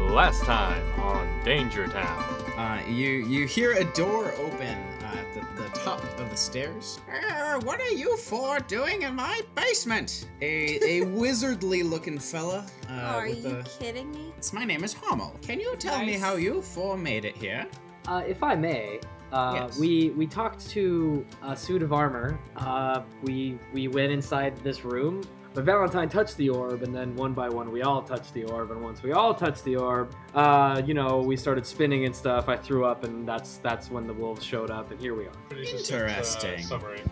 Last time on Danger Town. Uh, you you hear a door open uh, at the, the top of the stairs. "Er, what are you four doing in my basement? A a wizardly looking fella. Uh, are with you a- kidding me? It's- my name is Hommel. Can you tell me Nice. how you four made it here? Uh, if I may, uh, Yes. we we talked to a suit of armor. Uh, we we went inside this room. But Valentine touched the orb, and then one by one we all touched the orb. And once we all touched the orb, uh, you know, we started spinning and stuff. I threw up, and that's that's when the wolves showed up, and here we are. Interesting. Uh, summary.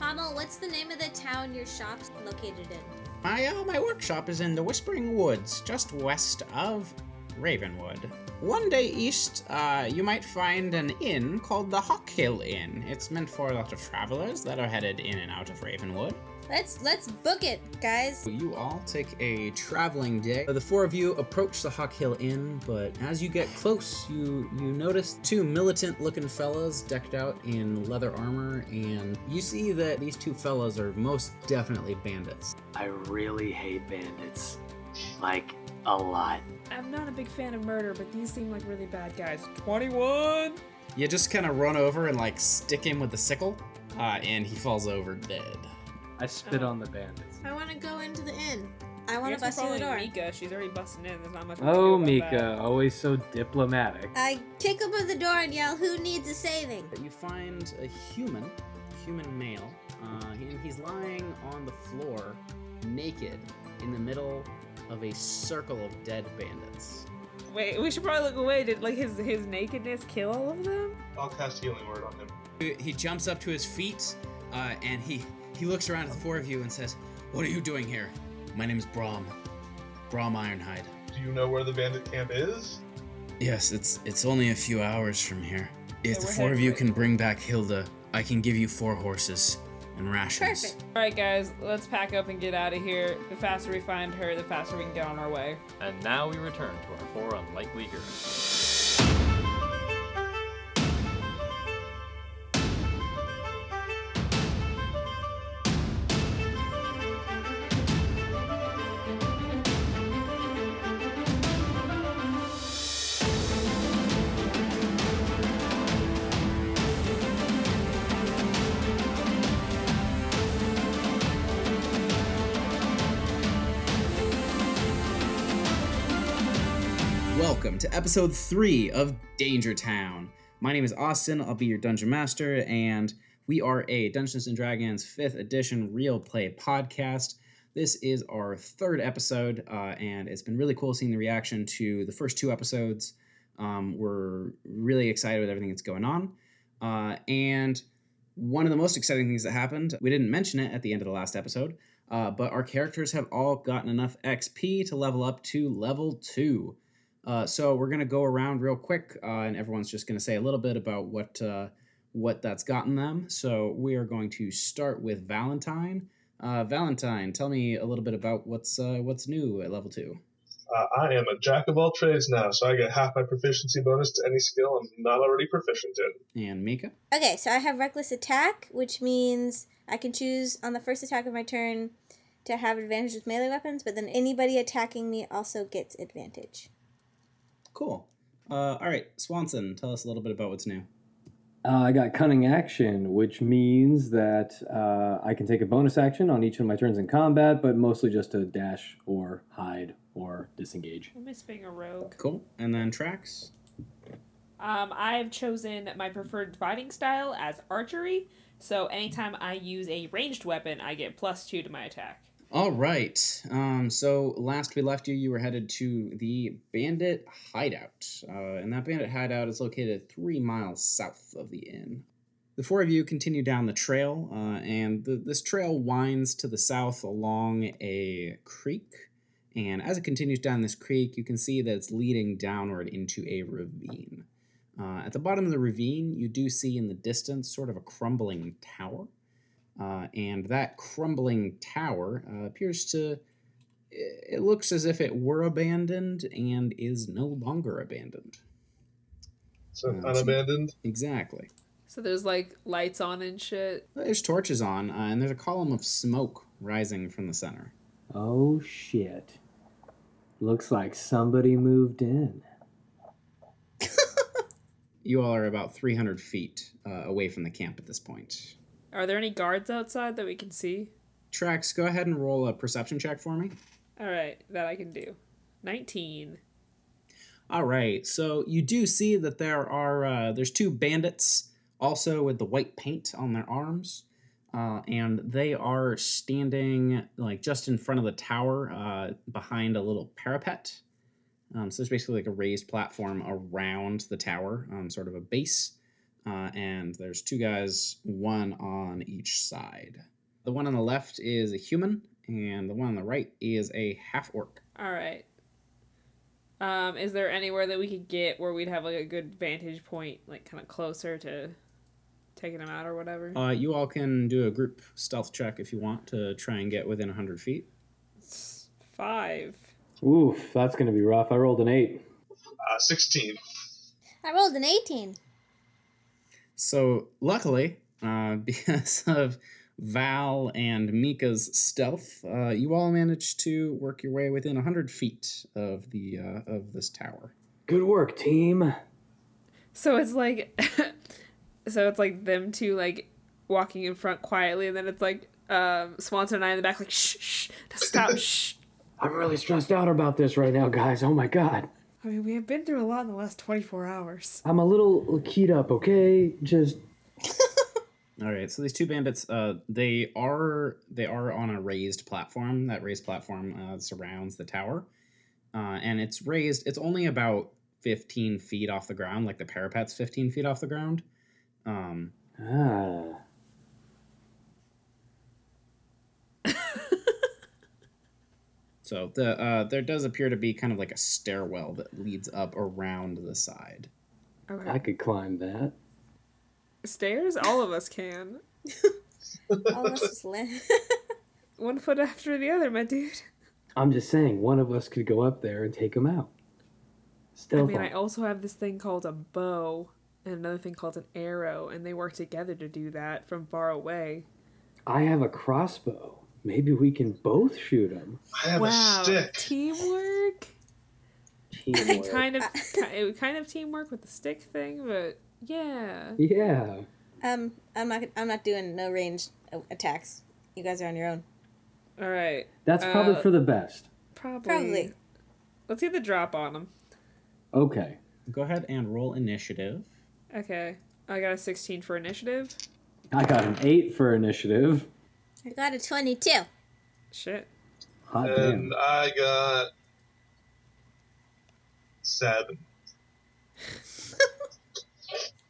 Hommel, what's the name of the town your shop's located in? My uh, my workshop is in the Whispering Woods, just west of Ravenwood. One day east, uh, you might find an inn called the Hawkhill Inn. It's meant for a lot of travelers that are headed in and out of Ravenwood. Let's let's book it, guys. You all take a traveling day. The four of you approach the Hawk Hill Inn, but as you get close, you you notice two militant-looking fellas decked out in leather armor, and you see that these two fellas are most definitely bandits. I really hate bandits. Like, a lot. I'm not a big fan of murder, but these seem like really bad guys. 21! You just kind of run over and like stick him with the sickle, uh, and he falls over dead. I spit Oh. on the bandits. I want to go into the inn. I I want to guess we're bust through the following door. Mika. She's already busting in. There's not much. we can Oh, do about Mika, that. always so diplomatic. I kick open the door and yell, "Who needs a saving?" You find a human, human male, uh, and he's lying on the floor, naked, in the middle of a circle of dead bandits. Wait, we should probably look away. Did like his his nakedness kill all of them? I'll cast healing word on him. He jumps up to his feet, uh, and he he looks around at the four of you and says, "What are you doing here? My name is Brom, Brom Ironhide. Do you know where the bandit camp is? Yes, it's it's only a few hours from here. If Yeah, the we're four of heading you right- can bring back Hilda, I can give you four horses and rations." Perfect. All right, guys, let's pack up and get out of here. The faster we find her, the faster we can get on our way. And now we return to our four unlikely heroes. Welcome to episode three of Danger Town. My name is Austin. I'll be your dungeon master, and we are a Dungeons and Dragons fifth edition real play podcast. This is our third episode, uh, and it's been really cool seeing the reaction to the first two episodes. Um, we're really excited with everything that's going on, uh, and one of the most exciting things that happened. We didn't mention it at the end of the last episode, uh, but our characters have all gotten enough XP to level up to level two. Uh, so we're gonna go around real quick, uh, and everyone's just gonna say a little bit about what uh, what that's gotten them. So we are going to start with Valentine. Uh, Valentine, tell me a little bit about what's uh, what's new at level two. Uh, I am a jack of all trades now, so I get half my proficiency bonus to any skill I'm not already proficient in. And Mika, Okay, so I have reckless attack, which means I can choose on the first attack of my turn to have advantage with melee weapons, but then anybody attacking me also gets advantage. cool. Uh, all right, Swanson, tell us a little bit about what's new. Uh, I got cunning action, which means that uh, I can take a bonus action on each of my turns in combat, but mostly just to dash or hide or disengage. I miss being a rogue. Cool. And then tracks. Um, I have chosen my preferred fighting style as archery. So anytime I use a ranged weapon, I get plus two to my attack. All right. Um, so last we left you, you were headed to the Bandit Hideout. Uh, and that Bandit Hideout is located three miles south of the inn. The four of you continue down the trail, uh, and the, this trail winds to the south along a creek. And as it continues down this creek, you can see that it's leading downward into a ravine. Uh, at the bottom of the ravine, you do see in the distance sort of a crumbling tower. Uh, and that crumbling tower uh, appears to. It looks as if it were abandoned and is no longer abandoned. So Yeah. unabandoned. Exactly. So there's like lights on and shit. There's torches on, uh, and there's a column of smoke rising from the center. Oh shit. Looks like somebody moved in. You all are about 300 feet uh, away from the camp at this point. Are there any guards outside that we can see? Trax, go ahead and roll a perception check for me. All right, that I can do. 19. All right, so you do see that there are uh, there's two bandits also with the white paint on their arms, uh, and they are standing like just in front of the tower uh, behind a little parapet. Um, so there's basically like a raised platform around the tower, um, sort of a base, uh, and there's two guys, one on each side. The one on the left is a human, and the one on the right is a half orc. All right. Um, is there anywhere that we could get where we'd have like a good vantage point, like kind of closer to taking them out or whatever? Uh, you all can do a group stealth check if you want to try and get within 100 feet. It's Five. Oof, that's gonna be rough. I rolled an eight. Uh, 16. I rolled an 18. So, luckily, uh, because of Val and Mika's stealth, uh, you all managed to work your way within 100 feet of the uh, of this tower. Good work, team. So it's like, so it's like them two like walking in front quietly, and then it's like um, Swanson and I in the back, like shh, shh, stop, shh. I'm really stressed out about this right now, guys. Oh my god. I mean, we have been through a lot in the last twenty four hours. I'm a little keyed up, okay? Just All right, so these two bandits, uh, they are they are on a raised platform. That raised platform uh, surrounds the tower, uh, and it's raised. It's only about fifteen feet off the ground. Like the parapet's fifteen feet off the ground. Um, ah. So the uh, there does appear to be kind of like a stairwell that leads up around the side. Okay. I could climb that. Stairs, all of us can. Almost as li- One foot after the other, my dude. I'm just saying, one of us could go up there and take him out. I Stealth. mean, I on. also have this thing called a bow and another thing called an arrow, and they work together to do that from far away. I have a crossbow. Maybe we can both shoot him. I have wow, a stick. teamwork. Teamwork. Kind of, ki- kind of teamwork with the stick thing, but yeah. yeah. um, I'm not. I'm not doing no range attacks. You guys are on your own. All right, That's probably Uh, for the best. probably. Probably. Let's get the drop on them. Okay. Go ahead and roll initiative. Okay, I got a sixteen for initiative. I got an eight for initiative. I got a 22. Shit. Hot damn. And I got. Seven.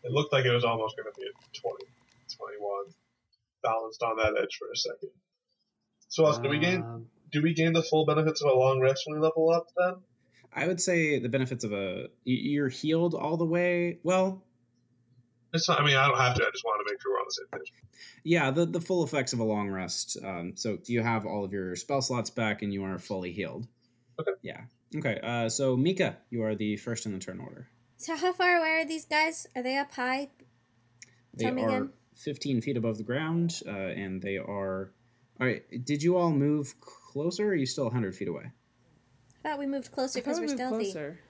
it looked like it was almost going to be a 20, 21. Balanced on that edge for a second. So, else, do we gain Um, do we gain the full benefits of a long rest when we level up then? I would say the benefits of a y- you're healed all the way. Well, It's not, I mean, I don't have to. I just want to make sure we're on the same page. yeah, the the full effects of a long rest. Um, so you have all of your spell slots back, and you are fully healed. Okay. Yeah. Okay. Uh, so Mika, you are the first in the turn order. So how far away are these guys? Are they up high? They Tell me are again. 15 feet above the ground, uh, and they are. All right. Did you all move closer? Or are you still 100 feet away? I thought we moved closer because we're Probably stealthy. closer.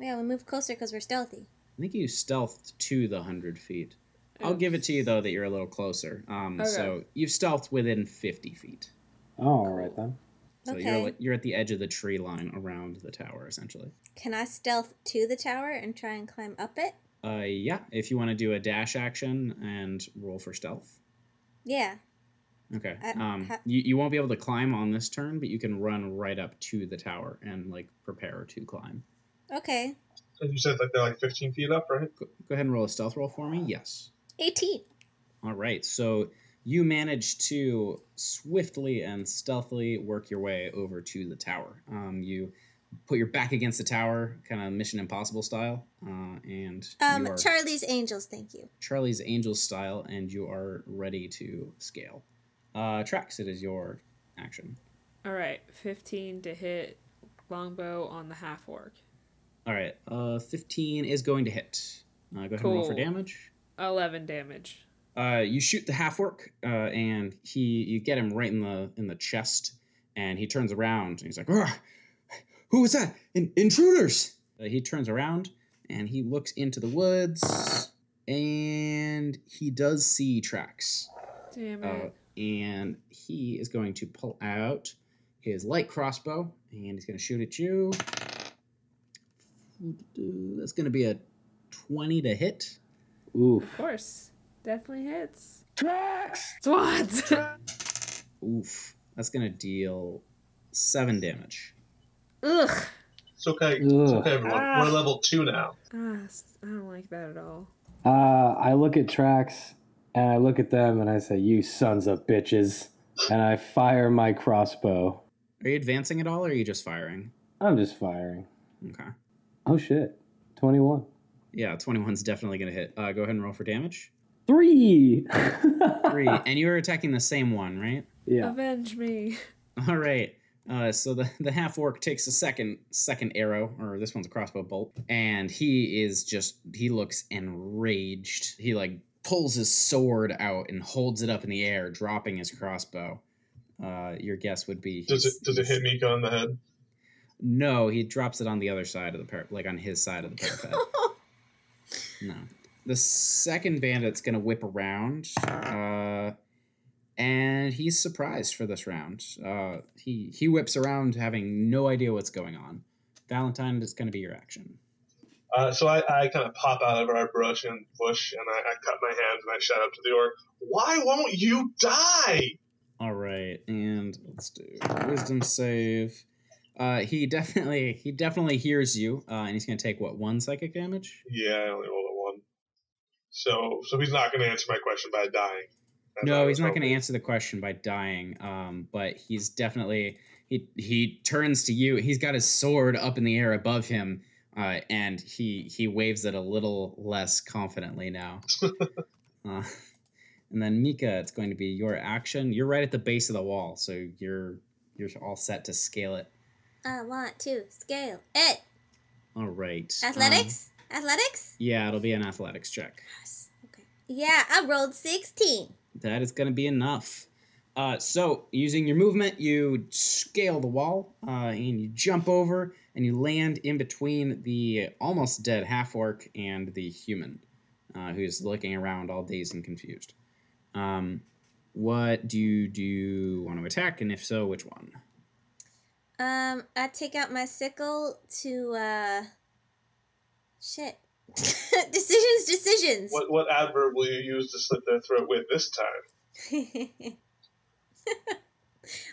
Yeah, we moved closer because we're stealthy. I think you stealthed to the 100 feet. I'll give it to you, though, that you're a little closer. Um, Okay. So you've stealthed within 50 feet. all right then. So you're, Okay. like, you're at the edge of the tree line around the tower, essentially. Can I stealth to the tower and try and climb up it? Uh, yeah, if you want to do a dash action and roll for stealth. Yeah. Okay. Uh, Um, ha- you, you won't be able to climb on this turn, but you can run right up to the tower and, like, prepare to climb. Okay. And you said like they're like 15 feet up, right? Go, go ahead and roll a stealth roll for me. Yes. 18. All right. So you manage to swiftly and stealthily work your way over to the tower. Um, you put your back against the tower, kind of Mission Impossible style, uh, and Um, you are Charlie's Angels. Thank you. Charlie's Angels style, and you are ready to scale. Uh, Trax, it is your action. All right, fifteen to hit longbow on the half orc. All right. Uh, 15 is going to hit. Uh, go ahead and roll for Cool. damage. Eleven damage. Uh, you shoot the half orc, uh, and he you get him right in the in the chest, and he turns around and he's like, "Ugh, Who was that? In- intruders! Uh, he turns around and he looks into the woods and he does see tracks. Damn Uh, it. and he is going to pull out his light crossbow and he's going to shoot at you. That's going to be a 20 to hit. of Oof. course. Definitely hits. Swats! Oof. That's going to deal seven damage. Ugh. It's okay. It's Ugh. okay, everyone. We're level two now. Ah, s- I don't like that at all. Uh, I look at tracks and I look at them and I say, "You sons of bitches!" And I fire my crossbow. Are you advancing at all or are you just firing? I'm just firing. Okay. Oh shit! Twenty-one. Yeah, 21's definitely going to hit. Uh, go ahead and roll for damage. Three. Three. and you were attacking the same one, right? yeah. Avenge me. All right. Uh, so the, the half orc takes a second second arrow, or this one's a crossbow bolt, and he is just he looks enraged. He like pulls his sword out and holds it up in the air, dropping his crossbow. Uh, your guess would be Does he's- it does it hit Mika on the head? No, he drops it on the other side of the parapet, like on his side of the parapet. no. The second bandit's going to whip around. Uh, and he's surprised for this round. Uh, he, he whips around having no idea what's going on. Valentine is going to be your action. Uh, so I, I kind of pop out of our brush and bush, and I, I cut my hands and I shout up to the orc, "Why won't you die?" All right, and let's do wisdom save. Uh, he definitely he definitely hears you, uh, and he's going to take what one psychic damage. Yeah, I only rolled a one. So, so he's not going to answer my question by dying. I thought No, he's it was not going to hoping. answer the question by dying. Um, but he's definitely he he turns to you. He's got his sword up in the air above him, uh, and he he waves it a little less confidently now. uh, and then Mika, it's going to be your action. You're right at the base of the wall, so you're you're all set to scale it. I want to scale it. All right. um, Athletics? Athletics? yeah, it'll be an athletics check. Yes. Okay. Yeah, I rolled 16. That is going to be enough. Uh, so, using your movement, you scale the wall uh, and you jump over and you land in between the almost dead half orc and the human uh, who's looking around all dazed and confused. Um, what do you do? You want to attack? And if so, which one? Um, I take out my sickle to, uh. Shit. decisions, decisions. What what adverb will you use to slit their throat with this time?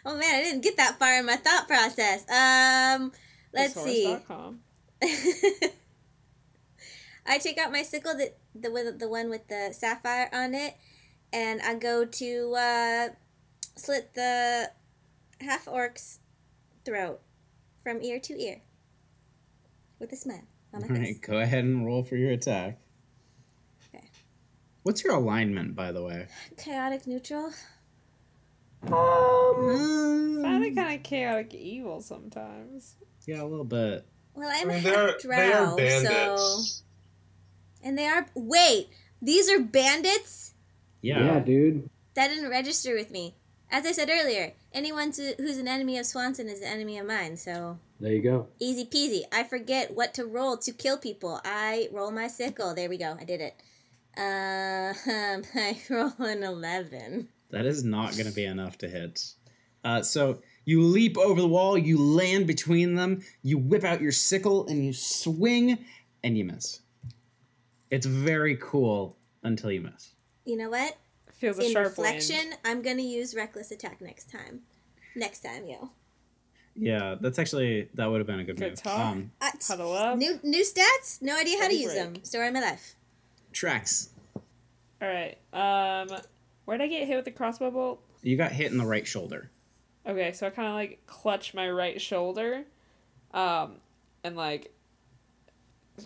oh man, I didn't get that far in my thought process. Um, let's see. Thesaurus.com. I take out my sickle, the, the one- the one with the sapphire on it, and I go to uh, slit the half orc's throat from ear to ear with a smile on my All face. right, go ahead and roll for your attack. Okay. What's your alignment, by the way? Chaotic neutral. Sounded kind of chaotic evil sometimes. Yeah, a little bit. Well, I'm I mean, a they're half they drow, are so bandits. and they are. Wait, these are bandits. Yeah. Yeah, dude. That didn't register with me. As I said earlier, anyone to, who's an enemy of Swanson is an enemy of mine, so There you go. easy peasy. I forget what to roll to kill people. I roll my sickle. There we go. I did it. Uh, um, I roll an 11. That is not going to be enough to hit. Uh, so you leap over the wall, you land between them, you whip out your sickle, and you swing, and you miss. It's very cool until you miss. You know what? Feels a In sharp reflection, wind. I'm going to use reckless attack next time. Next time, yo. Yeah, that's actually that would have been a good, Good move. talk. Um, Uh, Huddle up. new, new stats? No idea how to Ready use break. them. Story of my life. tracks. All right. Um, where'd I get hit with the crossbow bolt? You got hit in the right shoulder. Okay, so I kind of like clutch my right shoulder, um, and like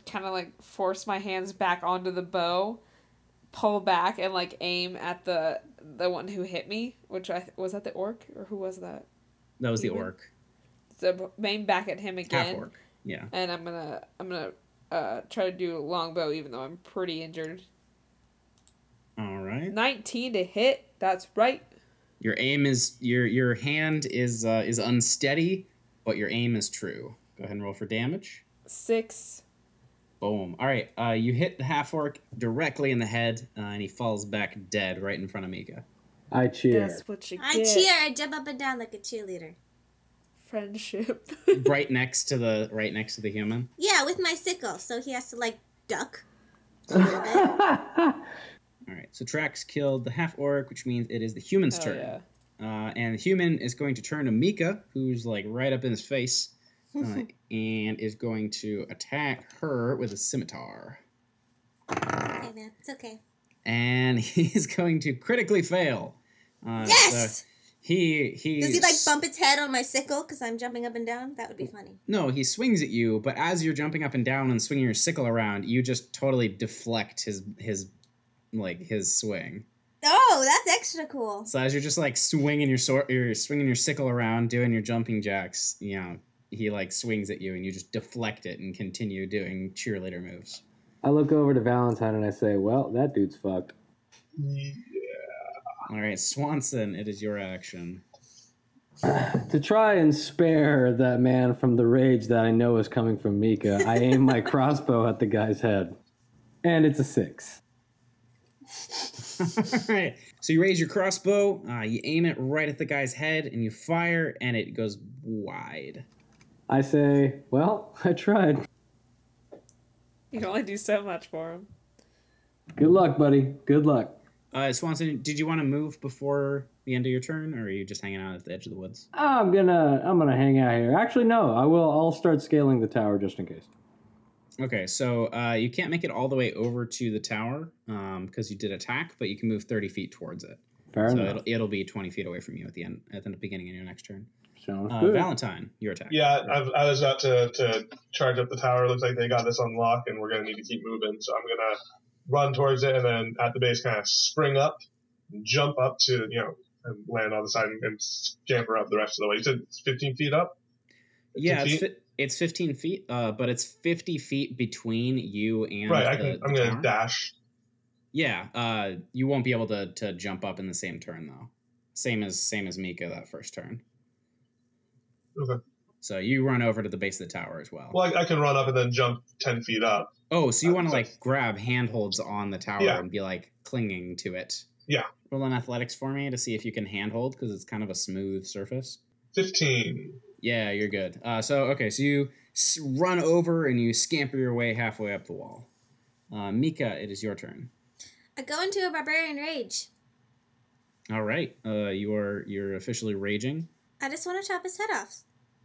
kind of like force my hands back onto the bow, pull back, and like aim at the the one who hit me. Which I was that the orc or who was that? That was the Even- orc, So aim back at him again. half orc. Yeah. and I'm gonna I'm gonna uh, try to do longbow even though I'm pretty injured. All right. Nineteen to hit. That's right. Your aim is your your hand is uh, is unsteady, but your aim is true. Go ahead and roll for damage. Six. Boom. All right. Uh, you hit the half orc directly in the head, uh, and he falls back dead right in front of Mika. I cheer. That's what you I get. cheer. I jump up and down like a cheerleader. Friendship. right next to the right next to the human. Yeah, with my sickle. So he has to like duck. All right. So Trax killed the half orc, which means it is the human's Hell turn. yeah. Uh, and the human is going to turn to Mika, who's like right up in his face, uh, and is going to attack her with a scimitar. Okay, man, it's okay. And he's going to critically fail. Uh, so Yes. he he Does he like bump its head on my sickle because I'm jumping up and down? That would be funny. No, he swings at you, but as you're jumping up and down and swinging your sickle around, you just totally deflect his his like his swing. Oh, that's extra cool. So as you're just like swinging your sword, you're swinging your sickle around, doing your jumping jacks. You know, he like swings at you, and you just deflect it and continue doing cheerleader moves. I look over to Valentine and I say, "Well, that dude's fucked." All right, Swanson, it is your action. To try and spare that man from the rage that I know is coming from Mika, I aim my crossbow at the guy's head, and it's a six. All right, so you raise your crossbow, uh, you aim it right at the guy's head, and you fire, and it goes wide. I say, "Well, I tried. You can only do so much for him. Good luck, buddy. Good luck." Uh, Swanson, did you want to move before the end of your turn, or are you just hanging out at the edge of the woods? I'm gonna I'm gonna hang out here. Actually, no, I will. I'll start scaling the tower just in case. Okay, so uh, you can't make it all the way over to the tower because you did attack, but you can move thirty feet towards it. Fair so enough. it'll, it'll be twenty feet away from you at the end, at the beginning of your next turn. Sounds Uh, good. Valentine, your attack. Yeah, I, I was about to, to charge up the tower. Looks like they got this unlocked, and we're gonna need to keep moving. So I'm gonna run towards it, and then at the base, kind of spring up, jump up to you know, and land on the side and, and scamper up the rest of the way. You said it's 15 feet up. yeah, it's, feet? fi- it's fifteen feet, uh, but it's fifty feet between you and right. I the- can. the I'm gonna tower. dash. Yeah, uh, you won't be able to to jump up in the same turn though. Same as same as Mika that first turn. Okay. So you run over to the base of the tower as well. Well, I, I can run up and then jump 10 feet up. Oh, so you Uh, want to so- like grab handholds on the tower Yeah. and be like clinging to it? Yeah. Roll an athletics for me to see if you can handhold because it's kind of a smooth surface. 15. Yeah, you're good. Uh, so okay, so you s- run over and you scamper your way halfway up the wall. Uh, Mika, it is your turn. I go into a barbarian rage. All right, uh, you are you're officially raging. I just want to chop his head off.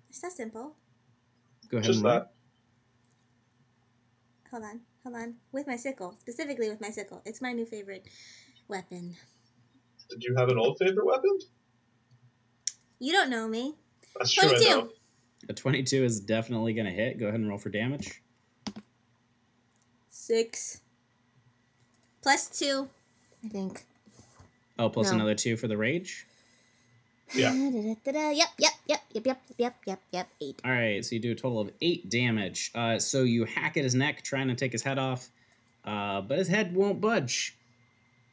It's that simple. Go ahead. Just and roll. that. Hold on, hold on. With my sickle, specifically with my sickle. It's my new favorite weapon. Did you have an old favorite weapon? You don't know me. That's true. I 22. know. A 22 is definitely going to hit. Go ahead and roll for damage. Six. Plus two, I think. Oh, plus No. another two for the rage. Yeah. Da-da-da-da. Yep, yep, yep, yep, yep, yep, yep, yep, eight. All right, so you do a total of eight damage. Uh, so you hack at his neck, trying to take his head off, uh, but his head won't budge.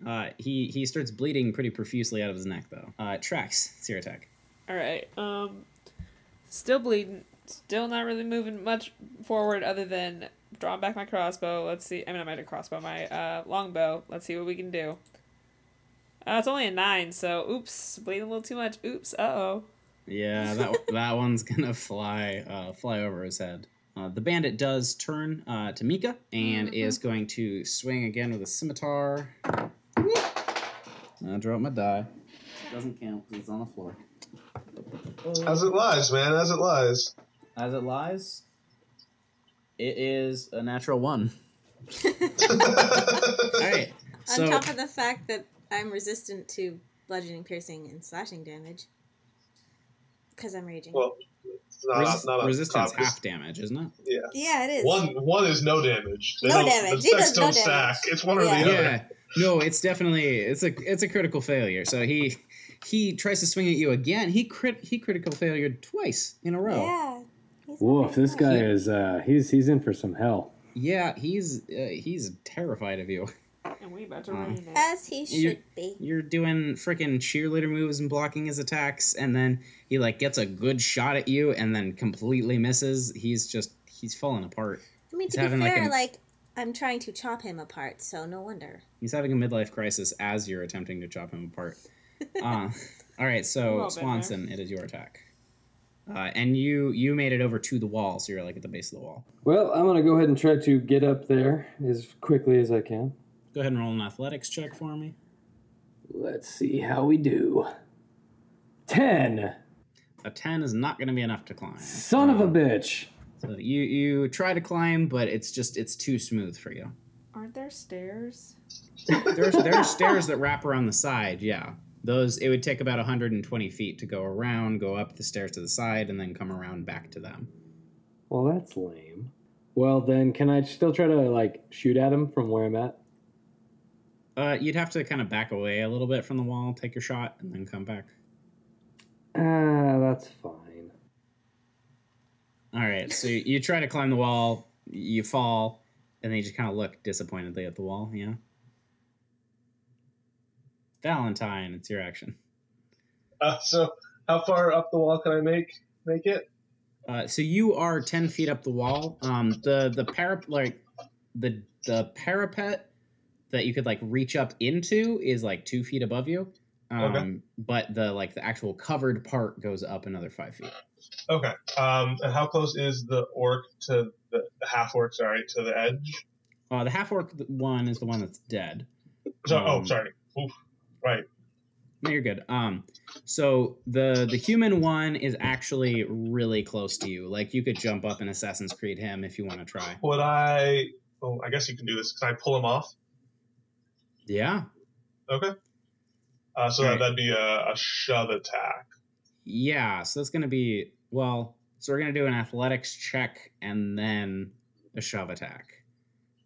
Uh, he he starts bleeding pretty profusely out of his neck, though. Uh, tracks. It's your attack. All right. Um, still bleeding. Still not really moving much forward, other than drawing back my crossbow. Let's see. I mean, I might have crossbow my uh, longbow. Let's see what we can do. Uh, it's only a nine, so oops, bleeding a little too much. Oops. Uh oh. Yeah, that that one's gonna fly uh, fly over his head. Uh, the bandit does turn uh, to Mika and is going to swing again with a scimitar. I draw up my die. Doesn't count because it's on the floor. As it lies, man. As it lies. As it lies, it is a natural one. All right. On So top of the fact that I'm resistant to bludgeoning, piercing, and slashing damage. Because I'm raging. well, it's not, resist- not a resistance cop, it's- half damage, isn't it? Yeah. yeah, it is. One one is no damage. No don't- damage. The He effects does no don't stack. damage. It's one or Yeah. the other. Yeah. No, it's definitely it's a it's a critical failure. So he he tries to swing at you again. He crit he critical failure twice in a row. Yeah. He's Woof! This not- guy is uh, he's he's in for some hell. Yeah, he's uh, he's terrified of you. And we pretty much a redneck. As he should You- be. You're doing freaking cheerleader moves and blocking his attacks, and then he like gets a good shot at you and then completely misses. He's just he's falling apart. I mean, He's to be having, like, fair, a- like, I'm trying to chop him apart, so no wonder. He's having a midlife crisis as you're attempting to chop him apart. Uh, all right, We're all so been there. Swanson, it is your attack, uh, and you you made it over to the wall, so you're like at the base of the wall. Well, I'm gonna go ahead and try to get up there as quickly as I can. Go ahead and roll an athletics check for me. Let's see how we do. Ten. A ten is not going to be enough to climb. Uh, Son of a bitch. So you you try to climb, but it's just it's too smooth for you. Aren't there stairs? There's there's stairs that wrap around the side. Yeah, those it would take about 120 feet to go around, go up the stairs to the side, and then come around back to them. Well, that's lame. Well, then, can I still try to like shoot at him from where I'm at? Uh, you'd have to kind of back away a little bit from the wall, take your shot, and then come back. Ah, that's fine. All right, so you, you try to climb the wall, you fall, and then you just kind of look disappointedly at the wall. Yeah. Valentine, it's your action. Uh, so how far up the wall can I make make it? Uh, so you are ten feet up the wall. Um, the the parap like the the parapet that you could like reach up into is like two feet above you. Um, Okay. but the like the actual covered part goes up another five feet. Okay. Um, and how close is the orc to the, the half orc? Sorry, to the edge. Uh, the half orc one is the one that's dead. So, oh, Um, sorry. Oof. No, you're good. Um, so the the human one is actually really close to you. Like you could jump up and Assassin's Creed him if you want to try. Would I? Oh, I guess you can do this. Can I pull him off? Yeah, Okay. Uh, so Alright. that'd be a, a shove attack. yeah. So that's gonna be well. So we're gonna do an athletics check and then a shove attack.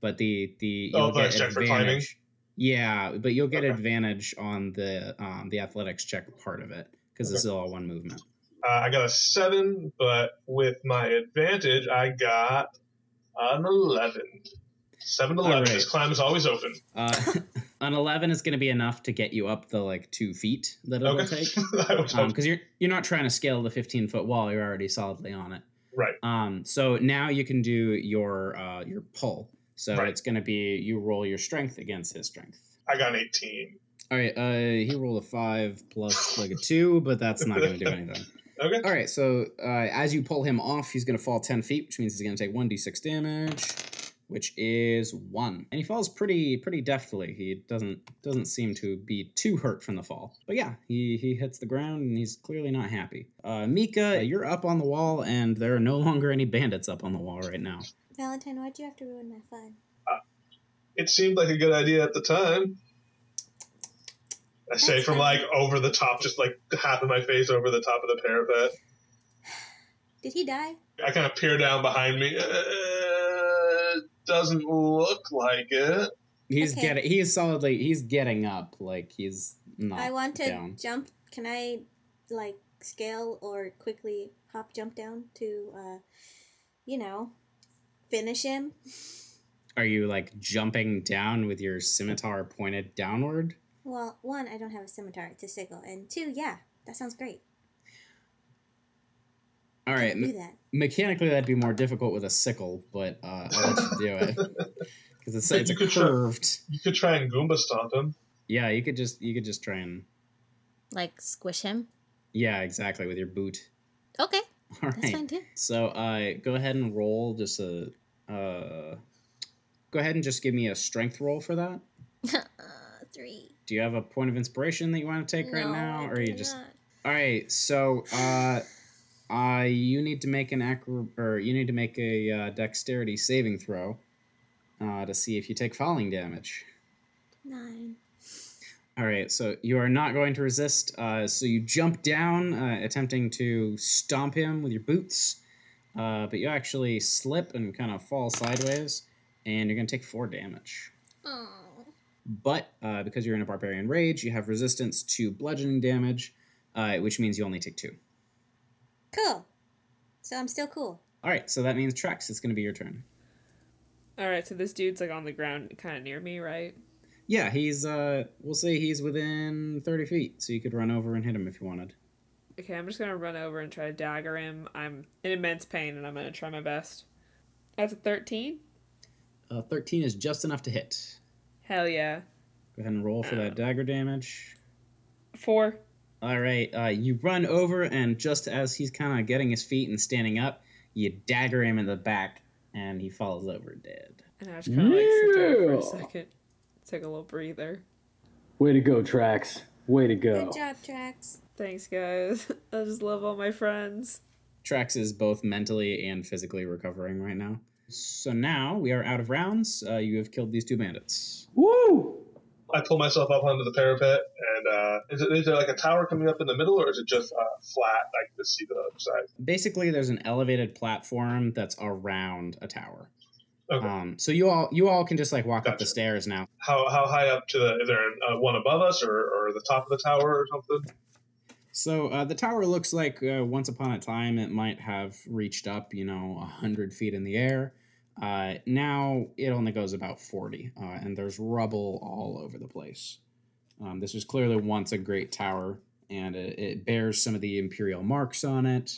But the the Oh, you'll get athletics check for climbing? advantage. Yeah, but you'll get Okay. advantage on the um, the athletics check part of it because this is all one movement. Uh, I got a seven, but with my advantage, I got an eleven. Seven to eleven. Alright. This climb is always open. Uh, an eleven is gonna be enough to get you up the like two feet that it'll Okay. take. I was hoping- because you're you're not trying to scale the 15 foot wall. You're already solidly on it. right. Um, so now you can do your uh, your pull. So Right. it's going to be you roll your strength against his strength. I got an eighteen. All right, uh, he rolled a five plus like a two, but that's not going to do anything. Okay. All right, so uh, as you pull him off, he's going to fall 10 feet, which means he's going to take 1d6 damage, which is one. And he falls pretty pretty deftly. He doesn't doesn't seem to be too hurt from the fall. But yeah, he, he hits the ground and he's clearly not happy. Uh, Mika, you're up on the wall, and there are no longer any bandits up on the wall right now. Valentine, why'd you have to ruin my fun? It seemed like a good idea at the time. I say That's from fine. like over the top, just like half of my face over the top of the parapet. Did he die? I kind of peer down behind me. Uh, doesn't look like it. He's Okay. getting he's solidly he's getting up like he's not I want to Oh, down. jump. Can I, like, scale or quickly hop, jump down to, uh, you know, finish him? Are you like jumping down with your scimitar pointed downward? Well, one, I don't have a scimitar. It's a sickle. And two, yeah, that sounds great. All right, Do that. mechanically that'd be more difficult with a sickle, but uh, I'll let you do it because it's it's You could try- curved. You could try and Goomba stomp him. Yeah, you could just you could just try and Like squish him. yeah, exactly with your boot. Okay, All that's right. fine too. So uh, go ahead and roll just a uh, go ahead and just give me a strength roll for that. uh, three. Do you have a point of inspiration that you want to take right No, now, I or are you do just not. all right? So uh, uh, you need to make an acro- or you need to make a uh, dexterity saving throw uh, to see if you take falling damage. nine. All right, so you are not going to resist. Uh, so you jump down, uh, attempting to stomp him with your boots, uh, but you actually slip and kind of fall sideways, and you're going to take four damage. Oh, But uh, because you're in a barbarian rage, you have resistance to bludgeoning damage, uh, which means you only take two. Cool. So I'm still cool. All right, so that means Trex, it's going to be your turn. All right, so this dude's like on the ground, kind of near me, right? Yeah, he's uh we'll say he's within thirty feet, so you could run over and hit him if you wanted. Okay, I'm just gonna run over and try to dagger him. I'm in immense pain and I'm gonna try my best. That's a 13? Uh, Thirteen is just enough to hit. Hell yeah. Go ahead and roll for that dagger damage. Four. All right, uh, you run over, and just as he's kind of getting his feet and standing up, you dagger him in the back, and he falls over dead. And I just kind of like sit there for Yeah. a second, take a little breather. Way to go, Trax. Way to go. Oh. Good job, Trax. Thanks, guys. I just love all my friends. Trax is both mentally and physically recovering right now. So now we are out of rounds. Uh, you have killed these two bandits. Woo! I pull myself up onto the parapet, and uh, is, it, is there like a tower coming up in the middle, or is it just uh, flat? I can just see the other side. Basically, there's an elevated platform that's around a tower. Okay. Um, so you all you all can just like walk up the Gotcha. stairs now. How, how high up to the? Is there uh, one above us, or, or the top of the tower, or something? So uh, the tower looks like uh, once upon a time it might have reached up, you know, 100 feet in the air. Uh, now it only goes about 40, uh, and there's rubble all over the place. Um, this was clearly once a great tower, and it, it bears some of the imperial marks on it.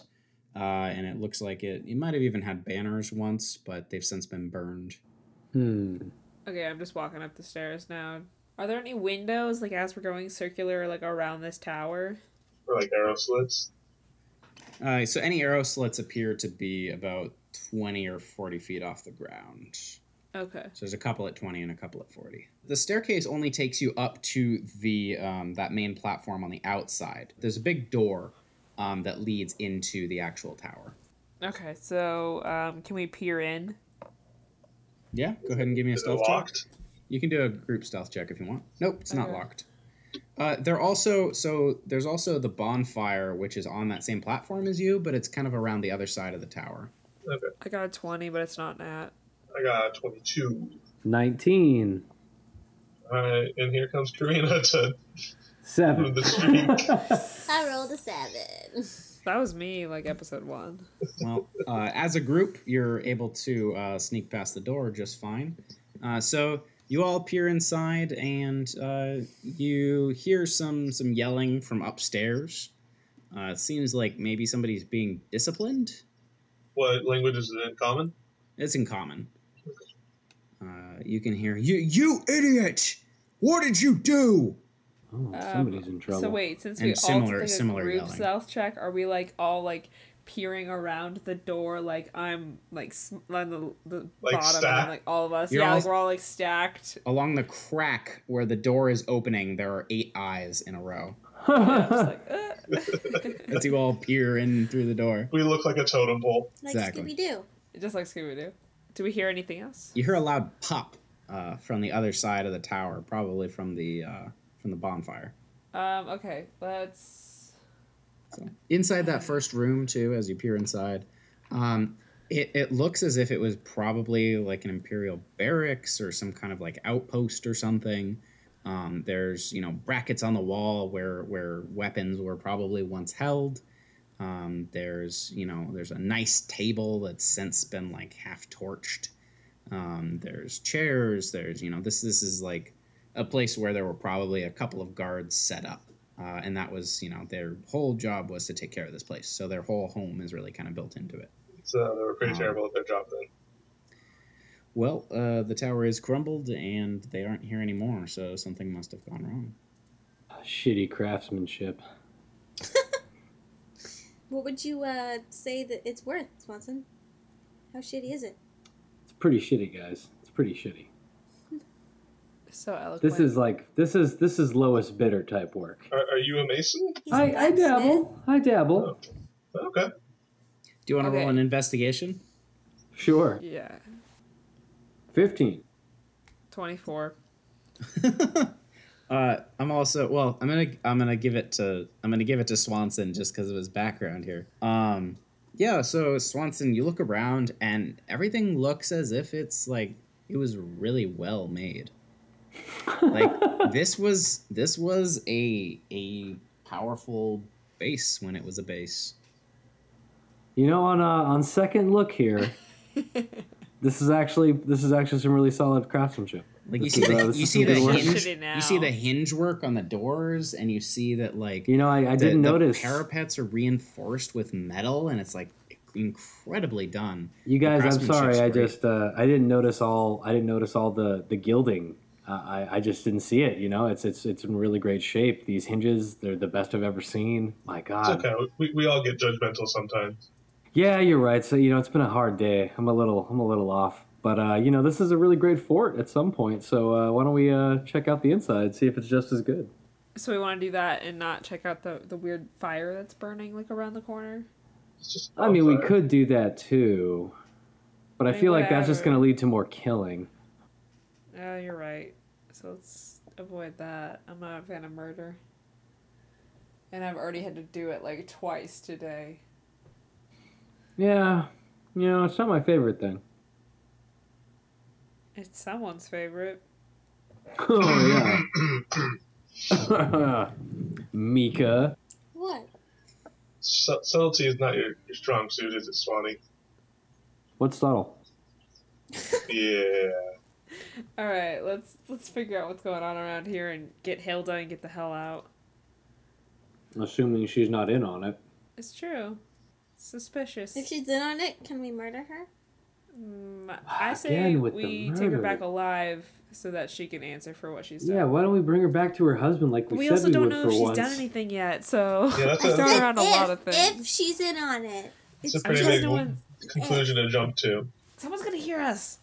Uh, and it looks like it, it might have even had banners once, but they've since been burned. Hmm. Okay, I'm just walking up the stairs now. Are there any windows, like as we're going circular, like around this tower? Or like arrow slits? Uh, so any arrow slits appear to be about 20 or 40 feet off the ground. Okay. So there's a couple at 20 and a couple at 40. The staircase only takes you up to the um, that main platform on the outside. There's a big door um, that leads into the actual tower. Okay, so um, can we peer in? Yeah, go ahead and give me a Is it stealth check. locked? You can do a group stealth check if you want. Nope, it's not Okay. locked. Uh, they're also so there's also the bonfire which is on that same platform as you, but it's kind of around the other side of the tower. I got a 20, but it's not that. I got twenty-two. 19. Uh, and here comes Karina to 7. prove the streak. I rolled a seven. That was me, like episode one. Well, uh, as a group, you're able to uh, sneak past the door just fine. Uh, so you all peer inside, and uh, you hear some some yelling from upstairs. Uh, it seems like maybe somebody's being disciplined. what language is it in common? It's in common. Uh, you can hear you, you idiot! What did you do? Oh, Um, somebody's in trouble. So wait, since And we all similar- took like, similar a group yelling. stealth check, are we like all like peering around the door? Like I'm like sm- on the, the Like bottom, and, stacked? like all of us. You're yeah, all- like we're all like stacked. Along the crack where the door is opening, there are eight eyes in a row. Yeah, just like, uh. As you all peer in through the door. We look like a totem pole. Like Exactly. Scooby Doo. Just like Scooby Doo. Do we hear anything else? You hear a loud pop uh, from the other side of the tower, probably from the uh, from the bonfire. Um, okay, let's. Inside that first room, too, as you peer inside, um, it, it looks as if it was probably like an imperial barracks or some kind of like outpost or something. Um, there's you know brackets on the wall where where weapons were probably once held. Um, there's you know there's a nice table that's since been like half torched. Um, there's chairs. There's you know this this is like a place where there were probably a couple of guards set up, uh, and that was you know their whole job was to take care of this place. So their whole home is really kind of built into it. So they were pretty Mm. Um, terrible at their job then. Well, uh, the tower is crumbled, and they aren't here anymore. So something must have gone wrong. Shitty craftsmanship. What would you uh, say that it's worth, Swanson? How shitty is it? It's pretty shitty, guys. It's pretty shitty. So eloquent. This is like this is this is lowest bidder type work. Are, are you a mason? Oh, He's a I, I blacksmith. dabble. I dabble. Okay. Do you want to roll Okay. an investigation? Sure. Yeah, Fifteen. twenty-four. Uh, I'm also well. I'm gonna I'm gonna give it to I'm gonna give it to Swanson just because of his background here. Um, yeah. So Swanson, you look around and everything looks as if it's like it was really well made. Like this was this was a a powerful base when it was a base. You know, on uh, on second look here, This is actually this is actually some really solid craftsmanship. Like you This see, is, uh, the, this you is see some the good work. hinge, Shitty now. you see the hinge work on the doors, and you see that like You know, I, I the- didn't the notice. parapets are reinforced with metal, and it's like incredibly done. You The guys, I'm sorry. craftsmanship's I great. just uh, I didn't notice all I didn't notice all the the gilding. Uh, I I just didn't see it. You know, it's it's it's in really great shape. These hinges, they're the best I've ever seen. My It's God. okay. We, we all get judgmental sometimes. Yeah, you're right. So you know, it's been a hard day. I'm a little I'm a little off. But uh, you know, this is a really great fort at some point. So uh, why don't we uh, check out the inside, see if it's just as good. So we want to do that and not check out the the weird fire that's burning like around the corner. It's just I mean, we bonfire. could do that too. But I mean, feel like that's just whatever. going to lead to more killing. Oh, you're right. So let's avoid that. I'm not a fan of murder. And I've already had to do it like twice today. Yeah, you know, it's not my favorite thing. It's someone's favorite. Oh yeah. Mika. What? Su- subtlety is not your, your strong suit, is it, Swanee? What's subtle? Yeah. All right, let's let's figure out what's going on around here and get Hilda and get the hell out. Assuming she's not in on it. It's true. Suspicious. If she's in on it, can we murder her? Mm, I say Again with the we take her murder. back alive so that she can answer for what she's done. Yeah, why don't we bring her back to her husband like we, we, said also we don't would know for if she's once? done anything yet, so Yeah, that's I a- throw around a if, lot of If things. she's in on it. It's a I pretty just big no one, conclusion to jump to. someone's gonna hear us,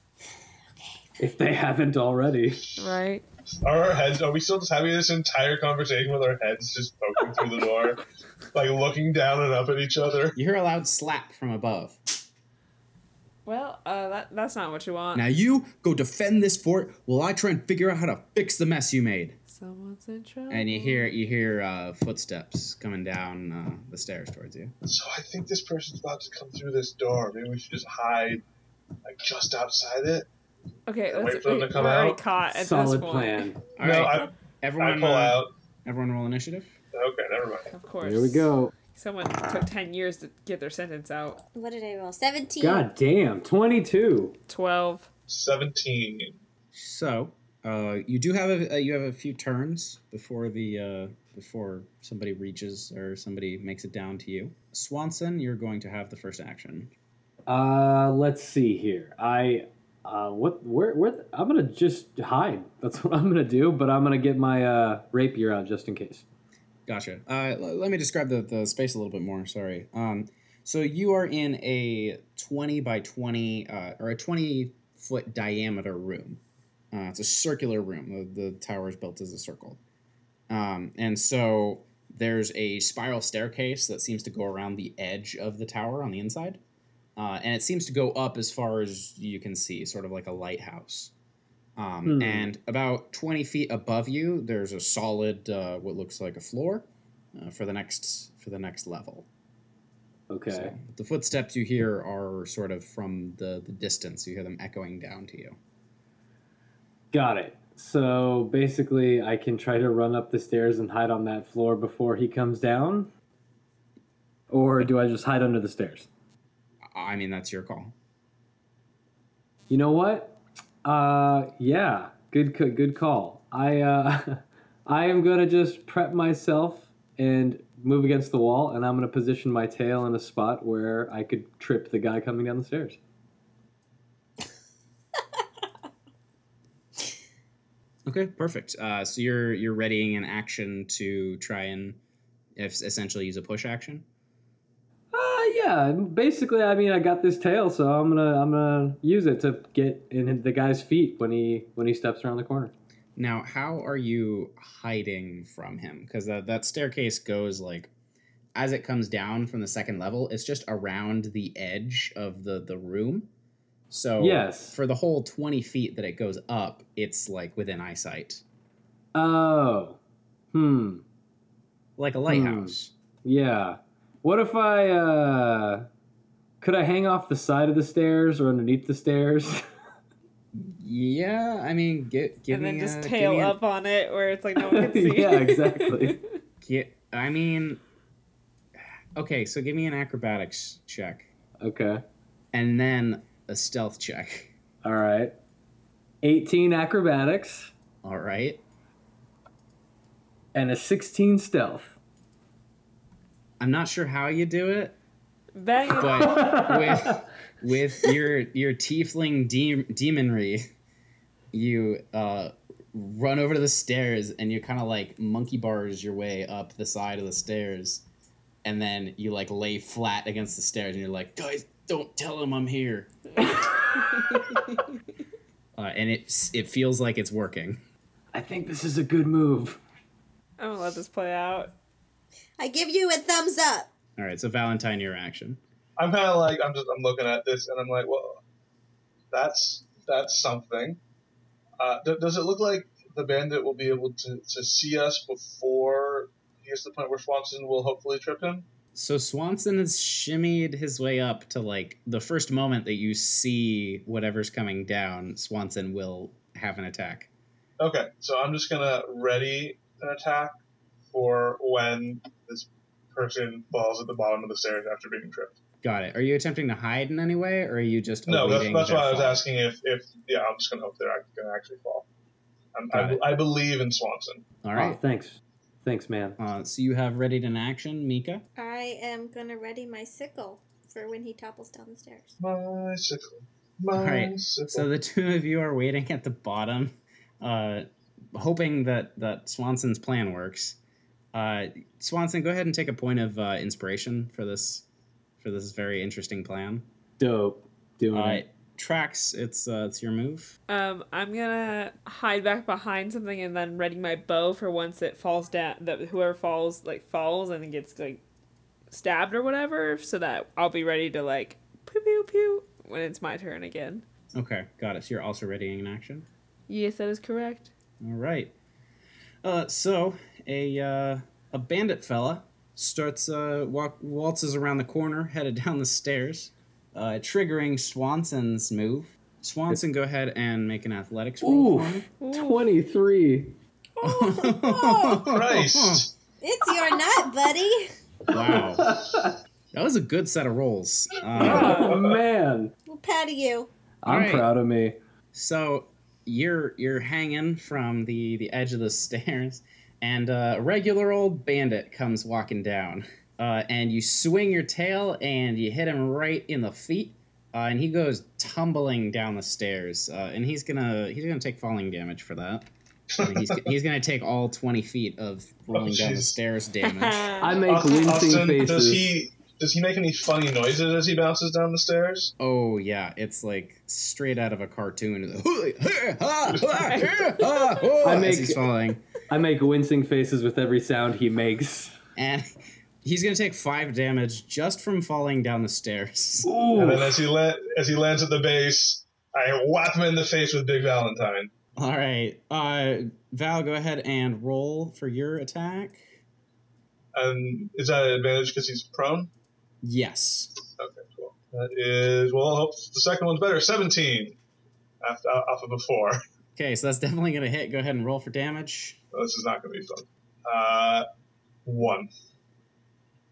If they haven't already. right? Are our heads? Are we still just having this entire conversation with our heads just poking through the door, like looking down and up at each other? You hear a loud slap from above. Well, uh, that that's not what you want. Now you go defend this fort while I try and figure out how to fix the mess you made. Someone's in trouble. And you hear you hear uh, footsteps coming down uh, the stairs towards you. So I think this person's about to come through this door. Maybe we should just hide, like just outside it. Okay, Wait let's for them wait, to come we're already out. caught at this Solid point. plan. All no, right, I, I everyone, pull uh, out. everyone, roll initiative. Okay, never mind. Of course. Here we go. Someone took ten years to get their sentence out. What did I roll? 17. God damn, 22. Twelve. Seventeen. So uh, you do have a, uh, you have a few turns before the uh, before somebody reaches or somebody makes it down to you. Swanson, you're going to have the first action. Uh, let's see here. I, uh, what, where, where, th- I'm gonna just hide. That's what I'm gonna do, but I'm gonna get my, uh, rapier out just in case. Gotcha. Uh, l- let me describe the, the space a little bit more. Sorry. Um, so you are in a 20 by 20 uh, or a 20 foot diameter room. Uh, it's a circular room. The, the tower is built as a circle. Um, and so there's a spiral staircase that seems to go around the edge of the tower on the inside. Uh, and it seems to go up as far as you can see, sort of like a lighthouse. Um, Hmm. And about 20 feet above you, there's a solid, uh, what looks like a floor uh, for the next for the next level. Okay. So the footsteps you hear are sort of from the, the distance. You hear them echoing down to you. Got it. So basically, I can try to run up the stairs and hide on that floor before he comes down? Or do I just hide under the stairs? I I mean, that's your call. You know what? Uh, yeah, good, c- good call. I, uh, I am gonna just prep myself and move against the wall, and I'm gonna position my tail in a spot where I could trip the guy coming down the stairs. Okay, perfect. Uh, so you're you're readying an action to try and if, essentially use a push action. Uh, yeah. Basically, I mean, I got this tail, so I'm gonna I'm gonna use it to get in the guy's feet when he when he steps around the corner. Now, how are you hiding from him? Because that that staircase goes like as it comes down from the second level. It's just around the edge of the the room. So Yes. for the whole twenty feet that it goes up, it's like within eyesight, Oh, hmm. like a lighthouse. Yeah. What if I uh, could I hang off the side of the stairs or underneath the stairs? Yeah, I mean, get give and me then just a- give tail me a- up on it where it's like no one can see. Yeah, exactly. gi- I mean, okay, so give me an acrobatics check. okay. and then a stealth check. All right. 18 acrobatics All right. and a 16 stealth. I'm not sure how you do it, Bang. but with with your your tiefling de- demonry, you uh, run over to the stairs and you kind of like monkey bars your way up the side of the stairs, and then you like lay flat against the stairs and you're like, guys, don't tell him I'm here. uh, and it it feels like it's working. I think this is a good move. I'm gonna let this play out. I give you a thumbs up. All right, so Valentine, your action. I'm kind of like I'm just I'm looking at this and I'm like, well, that's that's something. Uh, d- does it look like the bandit will be able to, to see us before he gets to the point where Swanson will hopefully trip him? So Swanson has shimmied his way up to like the first moment that you see whatever's coming down, Swanson will have an attack. Okay, so I'm just gonna ready an attack for when this person falls at the bottom of the stairs after being tripped. Got it. Are you attempting to hide in any way or are you just No, that's, awaiting that's their why I was fall? asking if, if yeah, I'm just gonna hope they're act- gonna actually fall. I'm, Got it. I, I believe in Swanson. All All right. right. Oh, thanks. Thanks, man. Uh, so you have readied an action, Mika. I am gonna ready my sickle for when he topples down the stairs. My sickle. All right, My sickle. So the two of you are waiting at the bottom, uh, hoping that that Swanson's plan works. Uh, Swanson, go ahead and take a point of uh, inspiration for this for this very interesting plan. Dope. Doing Uh, it. tracks, it's uh, it's your move. Um, I'm gonna hide back behind something and then ready my bow for once it falls down. That whoever falls like falls and gets like stabbed or whatever, so that I'll be ready to like pew pew pew when it's my turn again. Okay, got it. So you're also readying an action. Yes, that is correct. All right. Uh, so a uh, a bandit fella starts uh, walk waltzes around the corner, headed down the stairs, uh, triggering Swanson's move. Swanson, go ahead and make an athletics roll. for me. Oof. 23. oh. Christ. It's your nut, buddy. wow, that was a good set of rolls. Uh, Oh, man. We'll pat you. I'm right. proud of me. So you're you're hanging from the the edge of the stairs, and uh, a regular old bandit comes walking down, uh, and you swing your tail and you hit him right in the feet, uh, and he goes tumbling down the stairs, uh, and he's gonna he's gonna take falling damage for that. And he's, he's gonna take all twenty feet of rolling down the jeez. stairs damage. I make Austin, wincing Austin, faces. does he does he make any funny noises as he bounces down the stairs? Oh yeah, it's like straight out of a cartoon. I make- he's falling. I make wincing faces with every sound he makes. and he's gonna take five damage just from falling down the stairs. And Ooh. then as he la- as he lands at the base, I whap him in the face with Big Valentine. All right, uh, Val, go ahead and roll for your attack. And is that an advantage because he's prone? Yes. Okay, cool. That is well. I hope the second one's better. Seventeen, after off of before. Okay, so that's definitely gonna hit. Go ahead and roll for damage. This is not going to be fun. Uh, one.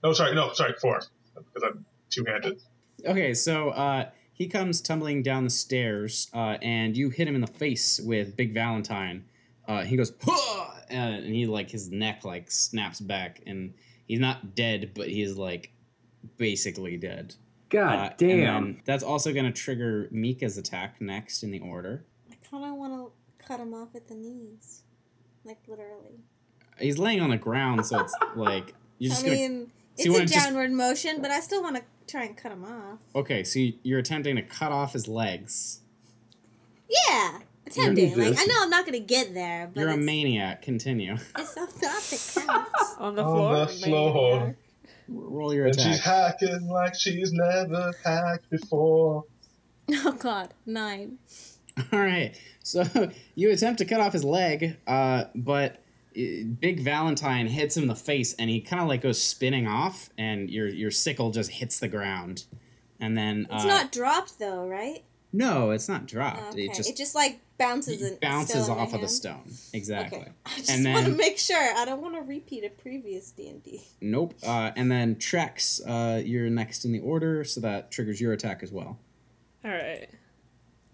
No, sorry, no, sorry, four. Because I'm two-handed. Okay, so uh, he comes tumbling down the stairs, uh, and you hit him in the face with Big Valentine. Uh, he goes, "Huh!" Uh, and he like his neck like snaps back, and he's not dead, but he's like basically dead. God Uh, and damn. then that's also going to trigger Mika's attack next in the order. I kind of want to cut him off at the knees, like literally. He's laying on the ground, so it's like you're I just going to. mean, so you it's wanna a just- downward motion, but I still want to try and cut him off. Okay, so you- you're attempting to cut off his legs. Yeah, attempting. Jesus. Like I know I'm not gonna get there, but you're a it's, maniac. Continue. it's something that counts. On the On floor. the floor. maniac. Roll your And she's attack. hacking like she's never hacked before. oh God, nine. All right. So you attempt to cut off his leg, uh, but uh, Big Valentine hits him in the face, and he kind of like goes spinning off, and your your sickle just hits the ground, and then It's uh, not dropped though, right? no, it's not dropped. Okay. It just like bounces and it bounces off of the stuff. stone. Exactly. Okay. I just And then- want to make sure. I don't want to repeat a previous D and D. Nope. Uh, and then Trex, uh, you're next in the order, so that triggers your attack as well. All right.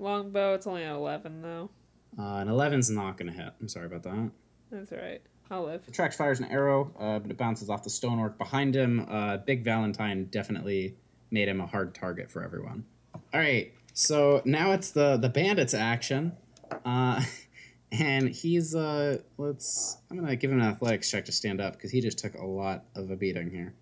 Longbow, it's only an 11, though. Uh, an 11's not going to hit. I'm sorry about that. That's alright. I'll live. Attract fires an arrow, uh, but it bounces off the stonework behind him. Uh, Big Valentine definitely made him a hard target for everyone. All right, so now it's the the bandits' action, uh, and he's uh, let's I'm gonna give him an athletics check to stand up because he just took a lot of a beating here.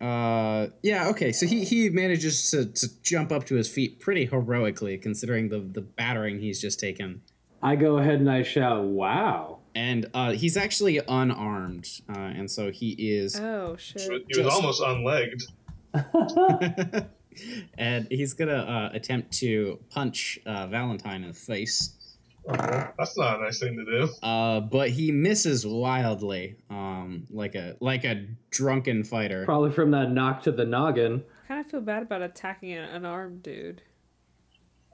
Uh, yeah, okay, so he he manages to, to jump up to his feet pretty heroically considering the the battering he's just taken I go ahead and I shout, "Wow!" and uh, he's actually unarmed, uh, and so he is, Oh, shit. He was almost unlegged. and he's gonna uh, attempt to punch uh, Valentine in the face, Uh-huh. That's not a nice thing to do. uh, but he misses wildly, um, like a like a drunken fighter. Probably from that knock to the noggin. I kind of feel bad about attacking an unarmed dude.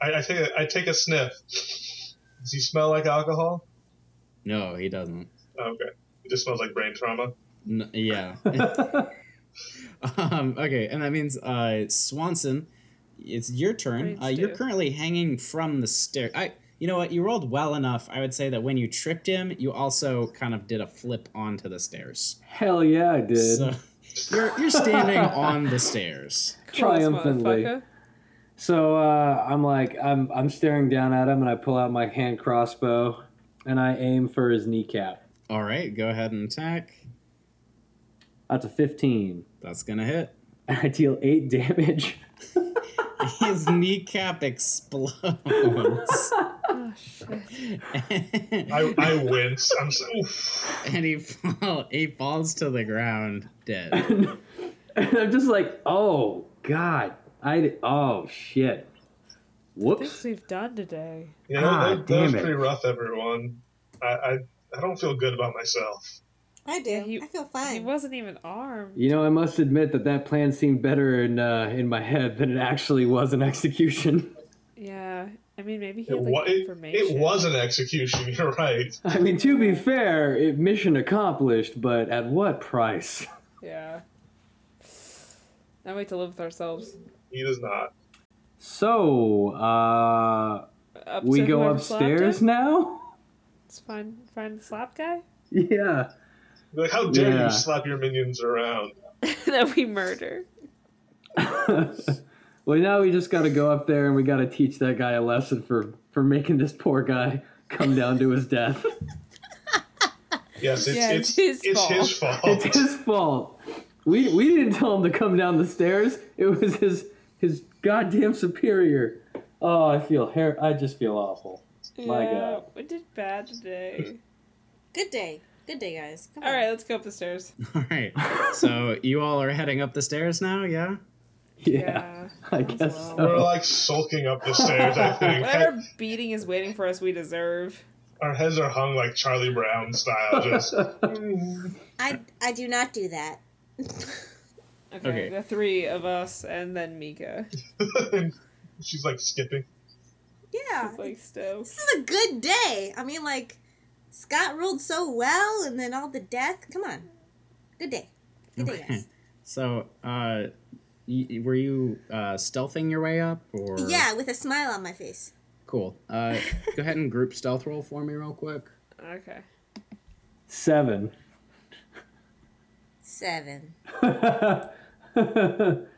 I, I take a, I take a sniff. Does he smell like alcohol? No, he doesn't. Oh, okay. It just smells like brain trauma. N- yeah. um, okay, and that means uh, Swanson, it's your turn. Great Uh, you're stew. currently hanging from the stair. I, you know what? You rolled well enough. I would say that when you tripped him, you also kind of did a flip onto the stairs. Hell yeah, I did. So you're you're standing on the stairs. Triumphantly. Motherfucker. So uh, I'm like, I'm I'm staring down at him, and I pull out my hand crossbow, and I aim for his kneecap. All right, go ahead and attack. That's a 15. That's gonna hit. I deal eight damage. His kneecap explodes, Oh, shit. I, I wince. I'm so. Oof. and he fall, he falls to the ground dead. And I'm just like, oh god, I oh shit, Things whoops. we've done today. You know, Ah, that, that was damn it. pretty rough, everyone. I, I, I don't feel good about myself. I do. Yeah, you- I feel He fine. wasn't even armed. You know, I must admit that that plan seemed better in uh, in my head than it actually was in execution. Yeah. I mean, maybe he It, had, wa- like, it, it information. was an execution, you're right. I mean, to be fair, it, mission accomplished, but at what price? Yeah. Now we have to live with ourselves. He does not. So, uh, Up we to go whoever slapped upstairs him? now. Let's find, find the slap guy Yeah. Like, how dare Yeah. you slap your minions around? that we murder. Well, now we just got to go up there and we got to teach that guy a lesson for for making this poor guy come down to his death. Yes, it's Yeah, it's, it's his it's fault. his fault. It's his fault. We we didn't tell him to come down the stairs. It was his his goddamn superior. Oh, I feel hair. I just feel awful. My yeah, God. we did bad today. Good day. Good day, guys. Come All on. right, let's go up the stairs. All right, so you all are heading up the stairs now, yeah? Yeah, Yeah. I guess well. We're so. like sulking up the stairs, I think. Whatever beating is waiting for us, we deserve. Our heads are hung like Charlie Brown style. Just I I do not do that. Okay, Okay. the three of us and then Mika. she's like skipping. Yeah. It's like still. This is a good day. I mean, like Scott ruled so well, and then all the death. Come on. Good day. Good day, guys. So, uh, y- were you uh, stealthing your way up, or Yeah, with a smile on my face. Cool. Uh, go ahead and group stealth roll for me real quick. Okay. Seven. Seven.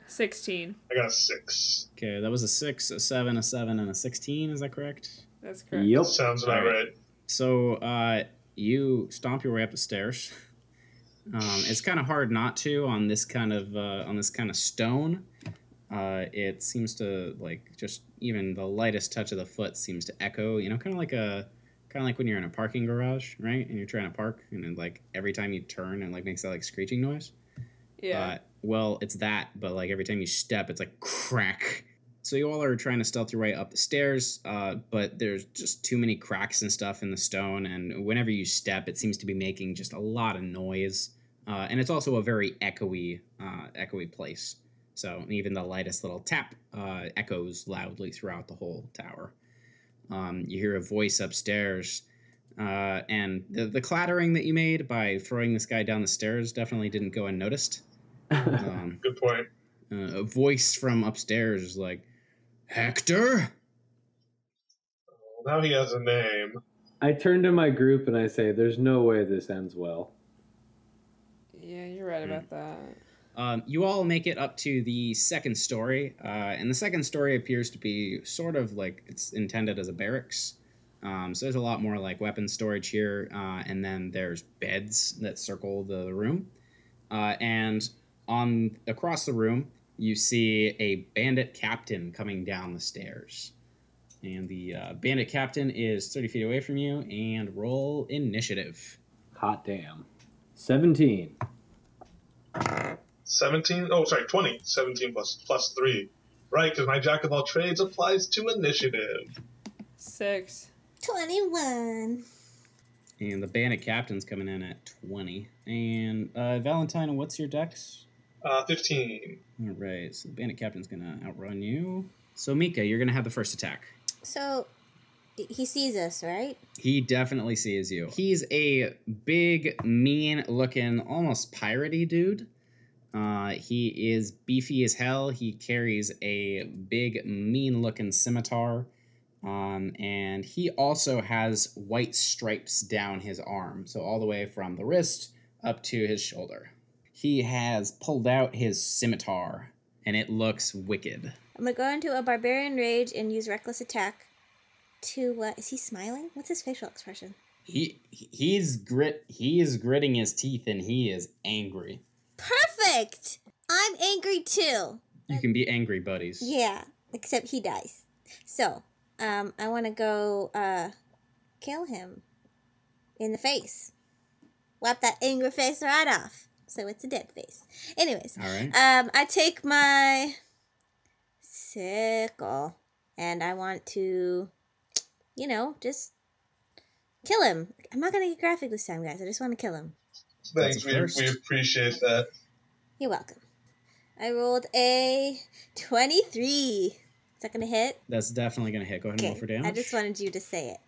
16. I got a six. Okay, that was a six, a seven, a seven, and a sixteen. Is that correct? That's correct. yep. Sounds about Alright. right. So, uh, you stomp your way up the stairs. Um, it's kind of hard not to on this kind of uh, on this kind of stone. Uh, it seems to like just even the lightest touch of the foot seems to echo. You know, kind of like a kind of like when you're in a parking garage, right? And you're trying to park, and then, like every time you turn, it like makes that like screeching noise. Yeah. Uh, well, it's that, but like every time you step, it's like crack. So you all are trying to stealth your way up the stairs, uh, but there's just too many cracks and stuff in the stone, and whenever you step, it seems to be making just a lot of noise. Uh, and it's also a very echoey, uh, echoey place. So even the lightest little tap uh, echoes loudly throughout the whole tower. Um, you hear a voice upstairs uh, and the, the clattering that you made by throwing this guy down the stairs definitely didn't go unnoticed. Um, Good point. uh, a voice from upstairs is like, Hector? Now he has a name. I turn to my group and I say, "There's no way this ends well." Yeah, you're right about that. Um, you all make it up to the second story, uh, and the second story appears to be sort of like it's intended as a barracks. Um, so there's a lot more like weapon storage here, uh, and then there's beds that circle the room. Uh, and on across the room, you see a bandit captain coming down the stairs. And the uh, bandit captain is 30 feet away from you, and roll initiative. Hot damn. Seventeen. 17 oh sorry 20 17 plus plus 3 right because my jack of all trades applies to initiative Six. 21. And the bandit captain's coming in at 20. And uh, Valentine, what's your dex? uh, 15 All right, so the bandit captain's gonna outrun you. So Mika, you're gonna have the first attack. So he sees us, right? He definitely sees you. He's a big, mean-looking, almost piratey dude. Uh, he is beefy as hell. He carries a big, mean-looking scimitar, um, and he also has white stripes down his arm, so all the way from the wrist up to his shoulder. He has pulled out his scimitar, and it looks wicked. I'm gonna go into a barbarian rage and use reckless attack. To uh, is he smiling? What's his facial expression? He he's grit he is gritting his teeth and he is angry. Perfect. I'm angry too. You can be angry buddies. Yeah, except he dies. So, um, I want to go uh, kill him in the face. Wipe that angry face right off. So it's a dead face. Anyways, All right. um, I take my sickle and I want to, you know, just kill him. I'm not gonna get graphic this time, guys. I just want to kill him. That's thanks a we, first. we appreciate that You're welcome. I rolled a twenty-three. Is that gonna hit? That's definitely gonna hit. Go ahead and roll for damage. I just wanted you to say it.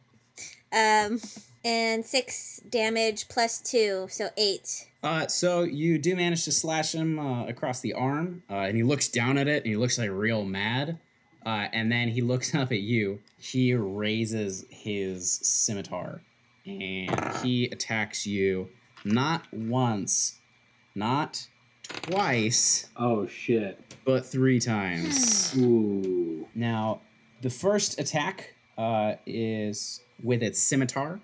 Um, and six damage plus two, so eight. uh, so you do manage to slash him uh, across the arm, uh, and he looks down at it, and he looks like real mad. Uh, and then he looks up at you. He raises his scimitar, and he attacks you not once, not twice, Oh shit. but three times. Ooh. Now, the first attack uh, is with its scimitar,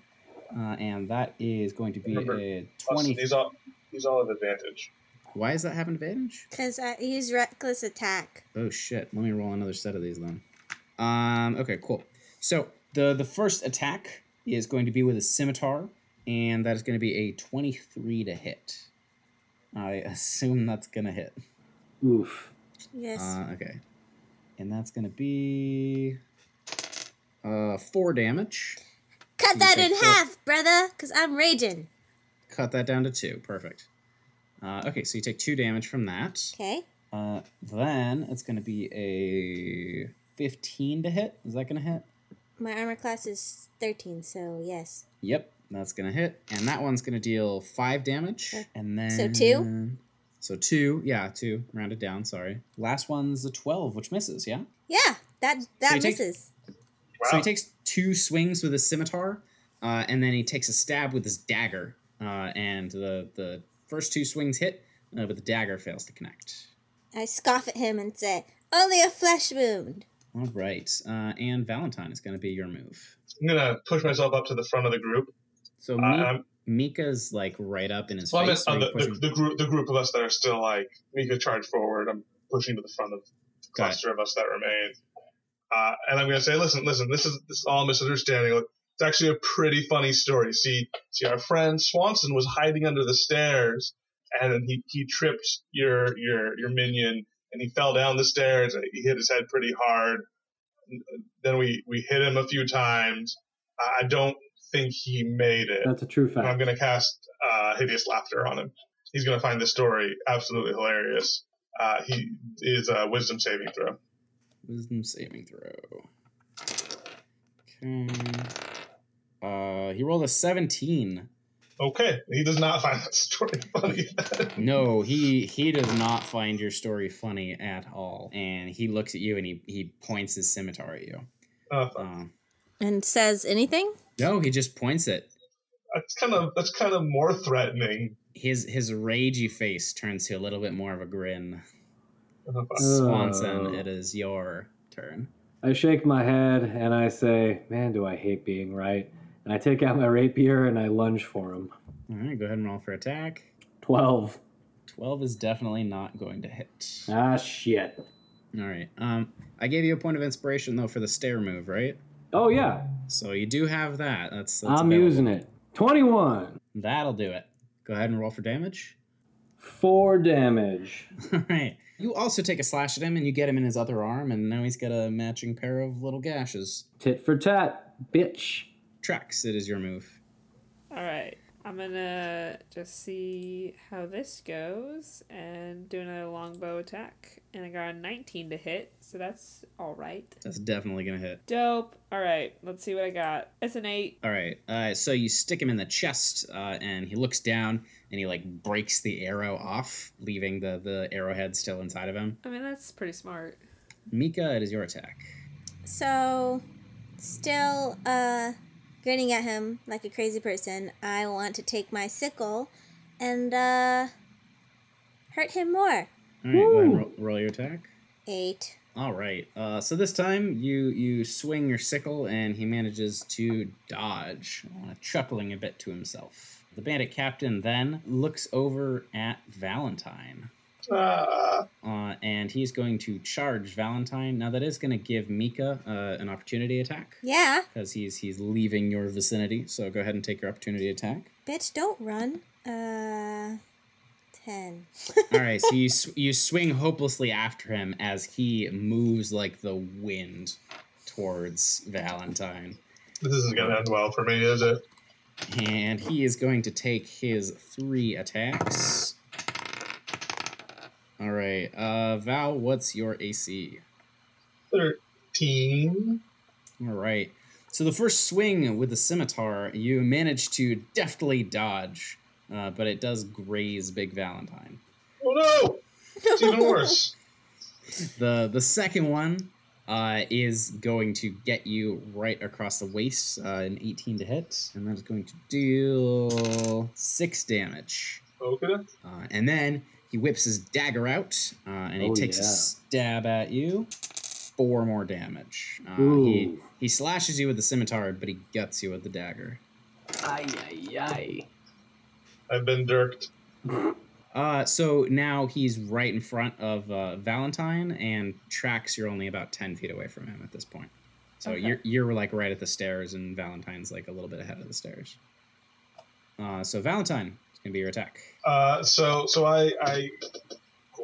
uh, and that is going to be Remember, a Plus, 20. he's all he's all at advantage Why does that have an advantage? Because I use reckless attack. Oh shit! Let me roll another set of these then. Um. Okay. Cool. So the the first attack is going to be with a scimitar, and that is going to be a twenty three to hit. I assume that's going to hit. Oof. Yes. Uh, okay. And that's going to be uh four damage. Cut you that take in four. half, brother, because I'm raging. Cut that down to two. Perfect. Uh, okay, so you take two damage from that. Okay. Uh, then it's going to be a 15 to hit. Is that going to hit? My armor class is 13, so yes. Yep, that's going to hit. And that one's going to deal five damage. Okay. And then. So two? So two. Yeah, two. Rounded down, sorry. Last one's a 12, which misses, yeah? Yeah, that So that you take- misses. wow So he takes two swings with his scimitar, uh, and then he takes a stab with his dagger. Uh, and the, the first two swings hit, uh, but the dagger fails to connect. I scoff at him and say, Only a flesh wound. All right. Uh, and Valentine is going to be your move. i'm gonna push myself up to the front of the group So I- Mi- I'm- Mika's like right up in his well, Uh, um, I'm face. on so the, you push the, him- the group the group of us that are still like mika charge forward i'm pushing to the front of the Got it. cluster of us that remain uh, and i'm gonna say listen listen this is this is all misunderstanding Look, it's actually a pretty funny story see see our friend swanson was hiding under the stairs and then he, he tripped your your your minion and he fell down the stairs and he hit his head pretty hard then we we hit him a few times i I don't think he made it That's a true and I'm fact. going to cast uh, Hideous Laughter on him. He's going to find this story absolutely hilarious. Uh, he is a wisdom saving throw. Wisdom saving throw. Okay. Uh, he rolled a 17. Okay, he does not find that story funny. No, he he does not find your story funny Oh. at all. And he looks at you and he, he points his scimitar at you. uh, Uh, and says anything? No, he just points it. That's kind of that's kind of more threatening. His his ragey face turns to a little bit more of a grin. Uh, Swanson, Oh. it is your turn. I shake my head and I say, "Man, do I hate being right." And I take out my rapier and I lunge for him. All right, go ahead and roll for attack. 12. 12 is definitely not going to hit. Ah, shit. All right. Um, I gave you a point of inspiration though for the stair move, right? Oh, yeah. So you do have that. That's, that's I'm available. using it. 21. That'll do it. Go ahead and roll for damage. 4 damage. All right. You also take a slash at him and you get him in his other arm, and now he's got a matching pair of little gashes. Tit for tat, bitch. Trax, it is your move. All right. I'm gonna just see how this goes and do another longbow attack. And I got a 19 to hit, so that's all right. That's definitely gonna hit. Dope. All right. Let's see what I got. It's an 8. All right. Uh, so you stick him in the chest, uh, and he looks down and he like breaks the arrow off, leaving the the arrowhead still inside of him. I mean, that's pretty smart. Mika, it is your attack. So, still uh, grinning at him like a crazy person, I want to take my sickle and uh, hurt him more. All right. Go ahead and roll, roll your attack. Eight. All right. Uh, so this time you you swing your sickle and he manages to dodge, uh, chuckling a bit to himself. The bandit captain then looks over at Valentine, ah, uh, and he's going to charge Valentine. Now that is going to give Mika uh, an opportunity attack Yeah, because he's he's leaving your vicinity. So go ahead and take your opportunity attack. bitch, don't run. Uh, ten. All right, so you sw- you swing hopelessly after him as he moves like the wind towards Valentine. this isn't gonna end well for me, is it? And he is going to take his three attacks. All right, uh, Val, what's your AC? Thirteen. All right. So the first swing with the scimitar, you manage to deftly dodge, uh, but it does graze Big Valentine. Oh no! It's even worse. The the second one uh, is going to get you right across the waist, uh, an 18 to hit, and that is going to deal six damage. Okay. Uh, and then he whips his dagger out, uh, and he Oh, takes a yeah. stab at you. Four more damage. Uh, he Ooh. he slashes you with the scimitar, but he guts you with the dagger. Ay, ay, ay. I've been dirked. Uh, so now he's right in front of uh, Valentine, and tracks you're only about ten feet away from him at this point. So Okay. you're you're like right at the stairs, and Valentine's like a little bit ahead of the stairs. Uh, so Valentine is gonna be your attack. Uh, so so I I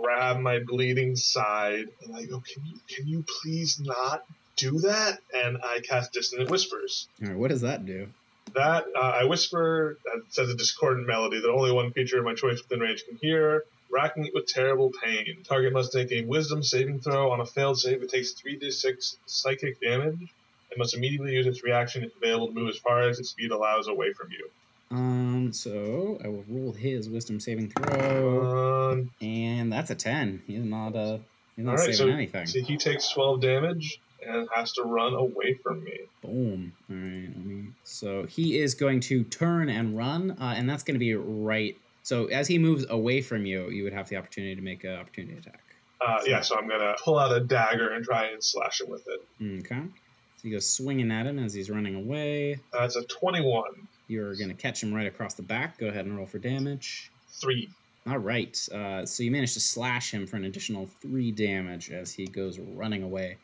grab my bleeding side and I go, can you can you please not do that? And I cast dissonant whispers. All right, what does that do? That uh, I whisper that says a discordant melody that only one creature of my choice within range can hear. Racking it with terrible pain. Target must make a wisdom saving throw. On a failed save, it takes 3d6 psychic damage and must immediately use its reaction if available to move as far as its speed allows away from you. Um, so I will roll his wisdom saving throw. Um, And that's a ten. He's not uh he's not All right, saving anything. So he takes 12 damage and has to run away from me. Boom. All right. Let me. So he is going to turn and run, uh, and that's going to be right. So as he moves away from you, you would have the opportunity to make an opportunity attack. Uh, yeah, so I'm going to pull out a dagger and try and slash him with it. Okay. So you go swinging at him as he's running away. That's a 21. You're going to catch him right across the back. Go ahead and roll for damage. 3. All right. Uh, so you manage to slash him for an additional three damage as he goes running away.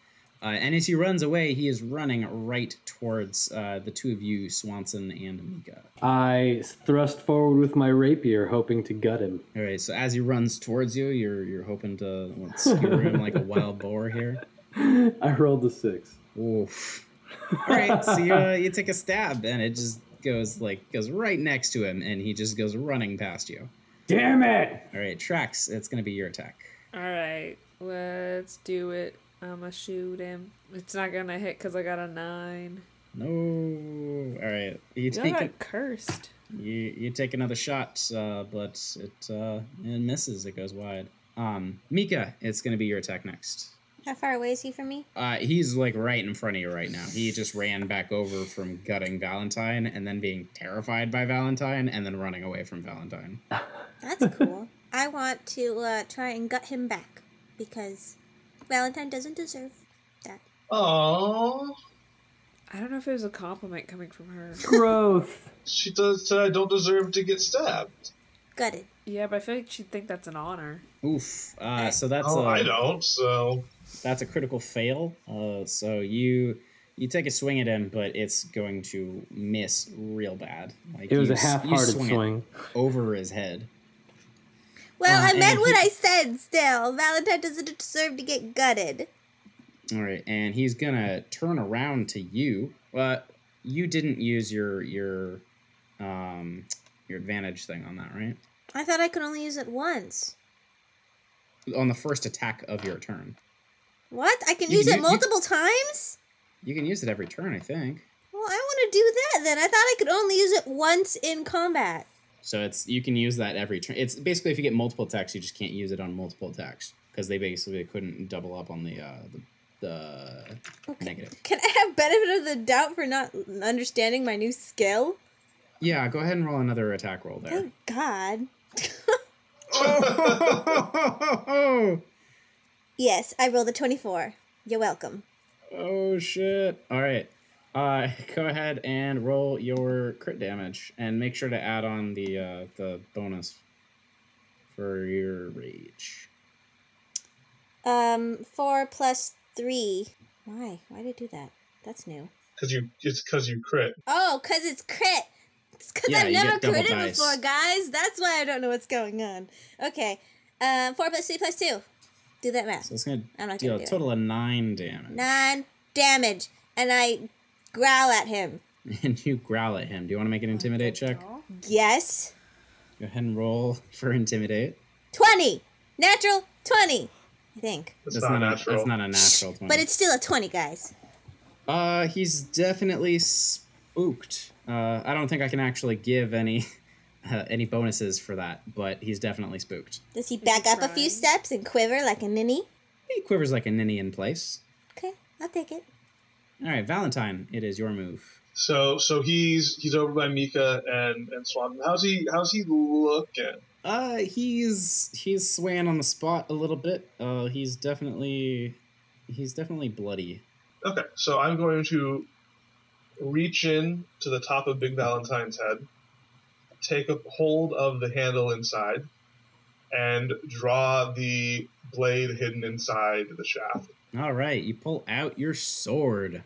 Uh, and as he runs away, he is running right towards uh, the two of you, Swanson and Mika. I thrust forward with my rapier, hoping to gut him. All right. So as he runs towards you, you're you're hoping to what, skewer him like a wild boar here. I rolled a 6. Oof. All right. So you uh, you take a stab, and it just goes like goes right next to him, and he just goes running past you. Damn it! All right, tracks. It's gonna be your attack. All right. Let's do it. I'm gonna shoot him. It's not gonna hit because I got a 9. No. All right. You You know, I take got cursed. you, you take another shot, uh, but it uh, it misses. It goes wide. Um, Mika, it's gonna be your attack next. How far away is he from me? Uh, he's like right in front of you right now. He just ran back over from gutting Valentine and then being terrified by Valentine and then running away from Valentine. That's cool. I want to uh, try and gut him back because Valentine doesn't deserve that. Aww. I don't know if it was a compliment coming from her. Growth. She does say I don't deserve to get stabbed. Gutted. Yeah, but I feel like she'd think that's an honor. Oof. Uh, so that's oh, a, I don't, so. that's a critical fail. Uh, so you you take a swing at him, but it's going to miss real bad. Like It was you a s- you half-hearted swing it swing. over his head. Well, Uh, I meant and what he- I said still. Valentine doesn't deserve to get gutted. All right, and he's gonna turn around to you. Well, you didn't use your your um your advantage thing on that, right? I thought I could only use it once. On the first attack of your turn, What? I can You- use you- it you- multiple times? you can use it every turn, I think. Well, I want to do that then. I thought I could only use it once in combat. So it's you can use that every turn. It's basically if you get multiple attacks, you just can't use it on multiple attacks because they basically couldn't double up on the uh the, the negative. Can I have benefit of the doubt for not understanding my new skill? Yeah, go ahead and roll another attack roll there. Thank God. oh, Yes, I rolled a 24. You're welcome. oh shit! All right, uh, go ahead and roll your crit damage, and make sure to add on the uh, the bonus for your rage. Um, 4 plus 3. Why? Why did I do that? That's new. Cause you, it's because you crit. Oh, because it's crit. It's because Yeah, I've you never get double critted dice. before, guys. That's why I don't know what's going on. Okay. Um, 4 plus 3 plus 2. Do that math. So it's gonna I'm not deal gonna a do it. total of nine damage, Nine damage. And I growl at him. and you growl at him. Do you want to Oh, make an intimidate check? Yes. Go ahead and roll for intimidate. 20. Natural 20. I think. It's not, natural. A, that's not a natural twenty. But it's still a 20, guys. Uh, he's definitely spooked. Uh, I don't think I can actually give any uh, any bonuses for that, but he's definitely spooked. Does he back up a few trying. steps and quiver like a ninny? He quivers like a ninny in place. Okay, I'll take it. All right, Valentine, it is your move. So, so he's he's over by Mika and and Swan. How's he? How's he looking? Uh, he's he's swaying on the spot a little bit. Uh, he's definitely he's definitely bloody. Okay, so I'm going to reach in to the top of Big Valentine's head, take a hold of the handle inside, and draw the blade hidden inside the shaft. All right, you pull out your sword.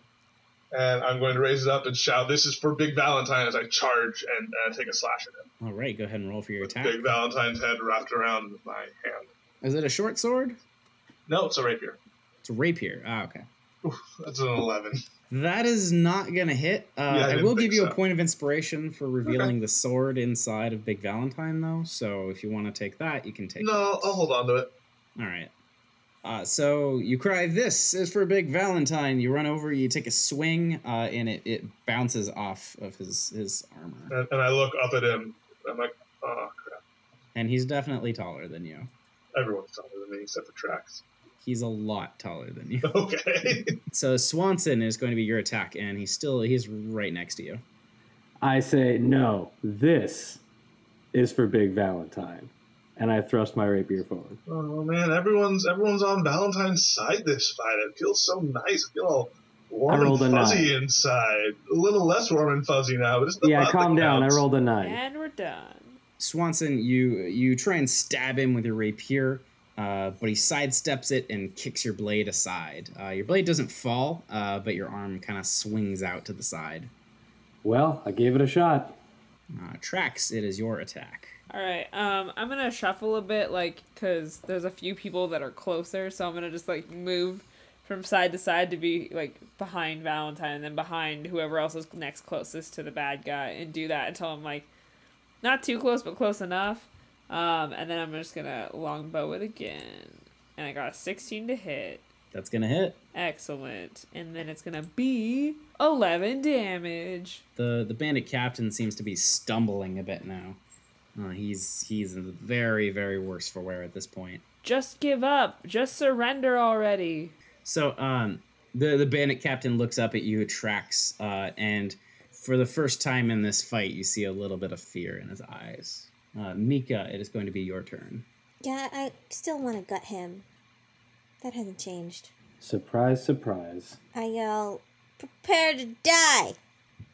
And I'm going to raise it up and shout, "This is for Big Valentine!" as I charge and uh, take a slash at him. All right, go ahead and roll for your With attack. Big Valentine's head wrapped around my hand. Is it a short sword? No, it's a rapier. It's a rapier. Ah, okay. That's an eleven. That is not gonna hit. Uh, I I, didn't will give think you a so. point of inspiration for revealing the sword inside of Big Valentine, though. So if you want to take that, you can take. No, that. I'll hold on to it. All right. Uh, so you cry, "This is for Big Valentine." You run over, you take a swing, uh, and it, it bounces off of his his armor, And, and I look up at him. I'm like, oh crap! and he's definitely taller than you. Everyone's taller than me except for tracks. He's a lot taller than you. Okay. so Swanson is going to be your attack, and he's still he's right next to you. I say, no, this is for Big Valentine. And I thrust my rapier forward. Oh man, everyone's everyone's on Valentine's side this fight. It feels so nice. I feel all I warm rolled a and fuzzy nine. inside. A little less warm and fuzzy now. But it's the yeah, thought calm that down. I counts. rolled a nine. And we're done. Swanson, you you try and stab him with your rapier, uh, but he sidesteps it and kicks your blade aside. Uh, your blade doesn't fall, uh, but your arm kind of swings out to the side. Well, I gave it a shot. Uh, Trax, it is your attack. All right. Um, I'm gonna shuffle a bit, like, cause there's a few people that are closer, so I'm gonna just like move from side to side to be like behind Valentine and then behind whoever else is next closest to the bad guy, and do that until I'm like not too close but close enough. Um, and then I'm just gonna longbow it again, and I got a 16 to hit. That's gonna hit. Excellent. And then it's gonna be 11 damage. the The bandit captain seems to be stumbling a bit now. Uh, he's he's in the very very worse for wear at this point. Just give up. Just surrender already. So um, the the bandit captain looks up at you, tracks, uh, and for the first time in this fight, you see a little bit of fear in his eyes. Uh, Mika, it is going to be your turn. Yeah, I still want to gut him. That hasn't changed. Surprise, surprise. I yell, prepare to die.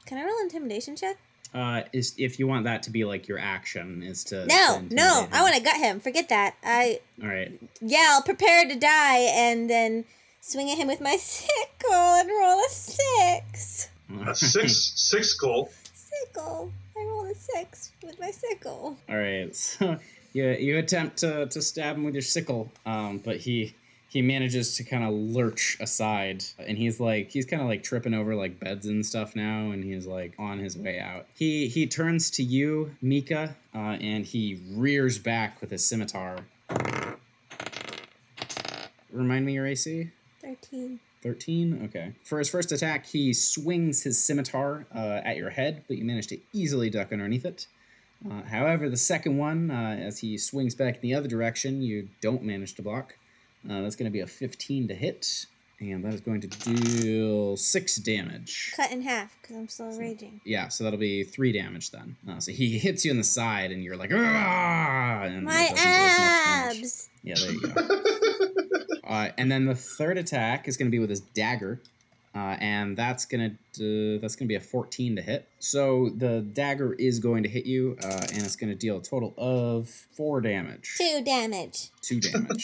Can I roll intimidation check? Uh, is if you want that to be like your action is to No, no, I want to gut him. Forget that. I All right, yell, prepare to die, and then swing at him with my sickle and roll a six. A six six goal. Sickle. I rolled a six with my sickle. All right, so you you attempt to, to stab him with your sickle, um, but he he manages to kind of lurch aside, and he's like he's kind of like tripping over like beds and stuff now, and he's like on his way out. He he turns to you, Mika, uh, and he rears back with his scimitar. Remind me your AC. 13. 13 okay for his first attack he swings his scimitar uh, at your head but you manage to easily duck underneath it uh, however the second one uh, as he swings back in the other direction you don't manage to block uh, that's going to be a 15 to hit and that is going to deal six damage Cut in half because I'm still raging. yeah so that'll be three damage then uh, so he hits you in the side and you're like "Ah!" and it My doesn't do as much damage. abs. Yeah, there you go. uh, and then the third attack is going to be with his dagger, uh, and that's gonna do, that's gonna be a fourteen to hit. So the dagger is going to hit you, uh, and it's going to deal a total of four damage. Two damage. Two damage.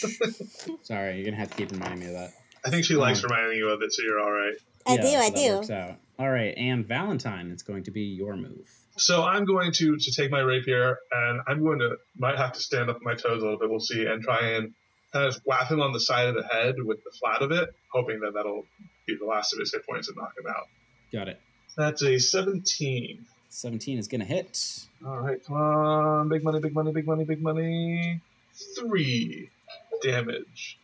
Sorry, you're gonna have to keep reminding me of that. I think she likes Um, reminding you of it, so you're all right. I Yeah, do, so I that do. Works out. All right, and Valentine, it's going to be your move. So I'm going to to take my rapier and I'm going to might have to stand up on my toes a little bit. We'll see and try and kind of whap him on the side of the head with the flat of it, hoping that that'll be the last of his hit points and knock him out. Got it. That's a 17. Seventeen is gonna hit. All right, come on, big money, big money, big money, big money. Three damage.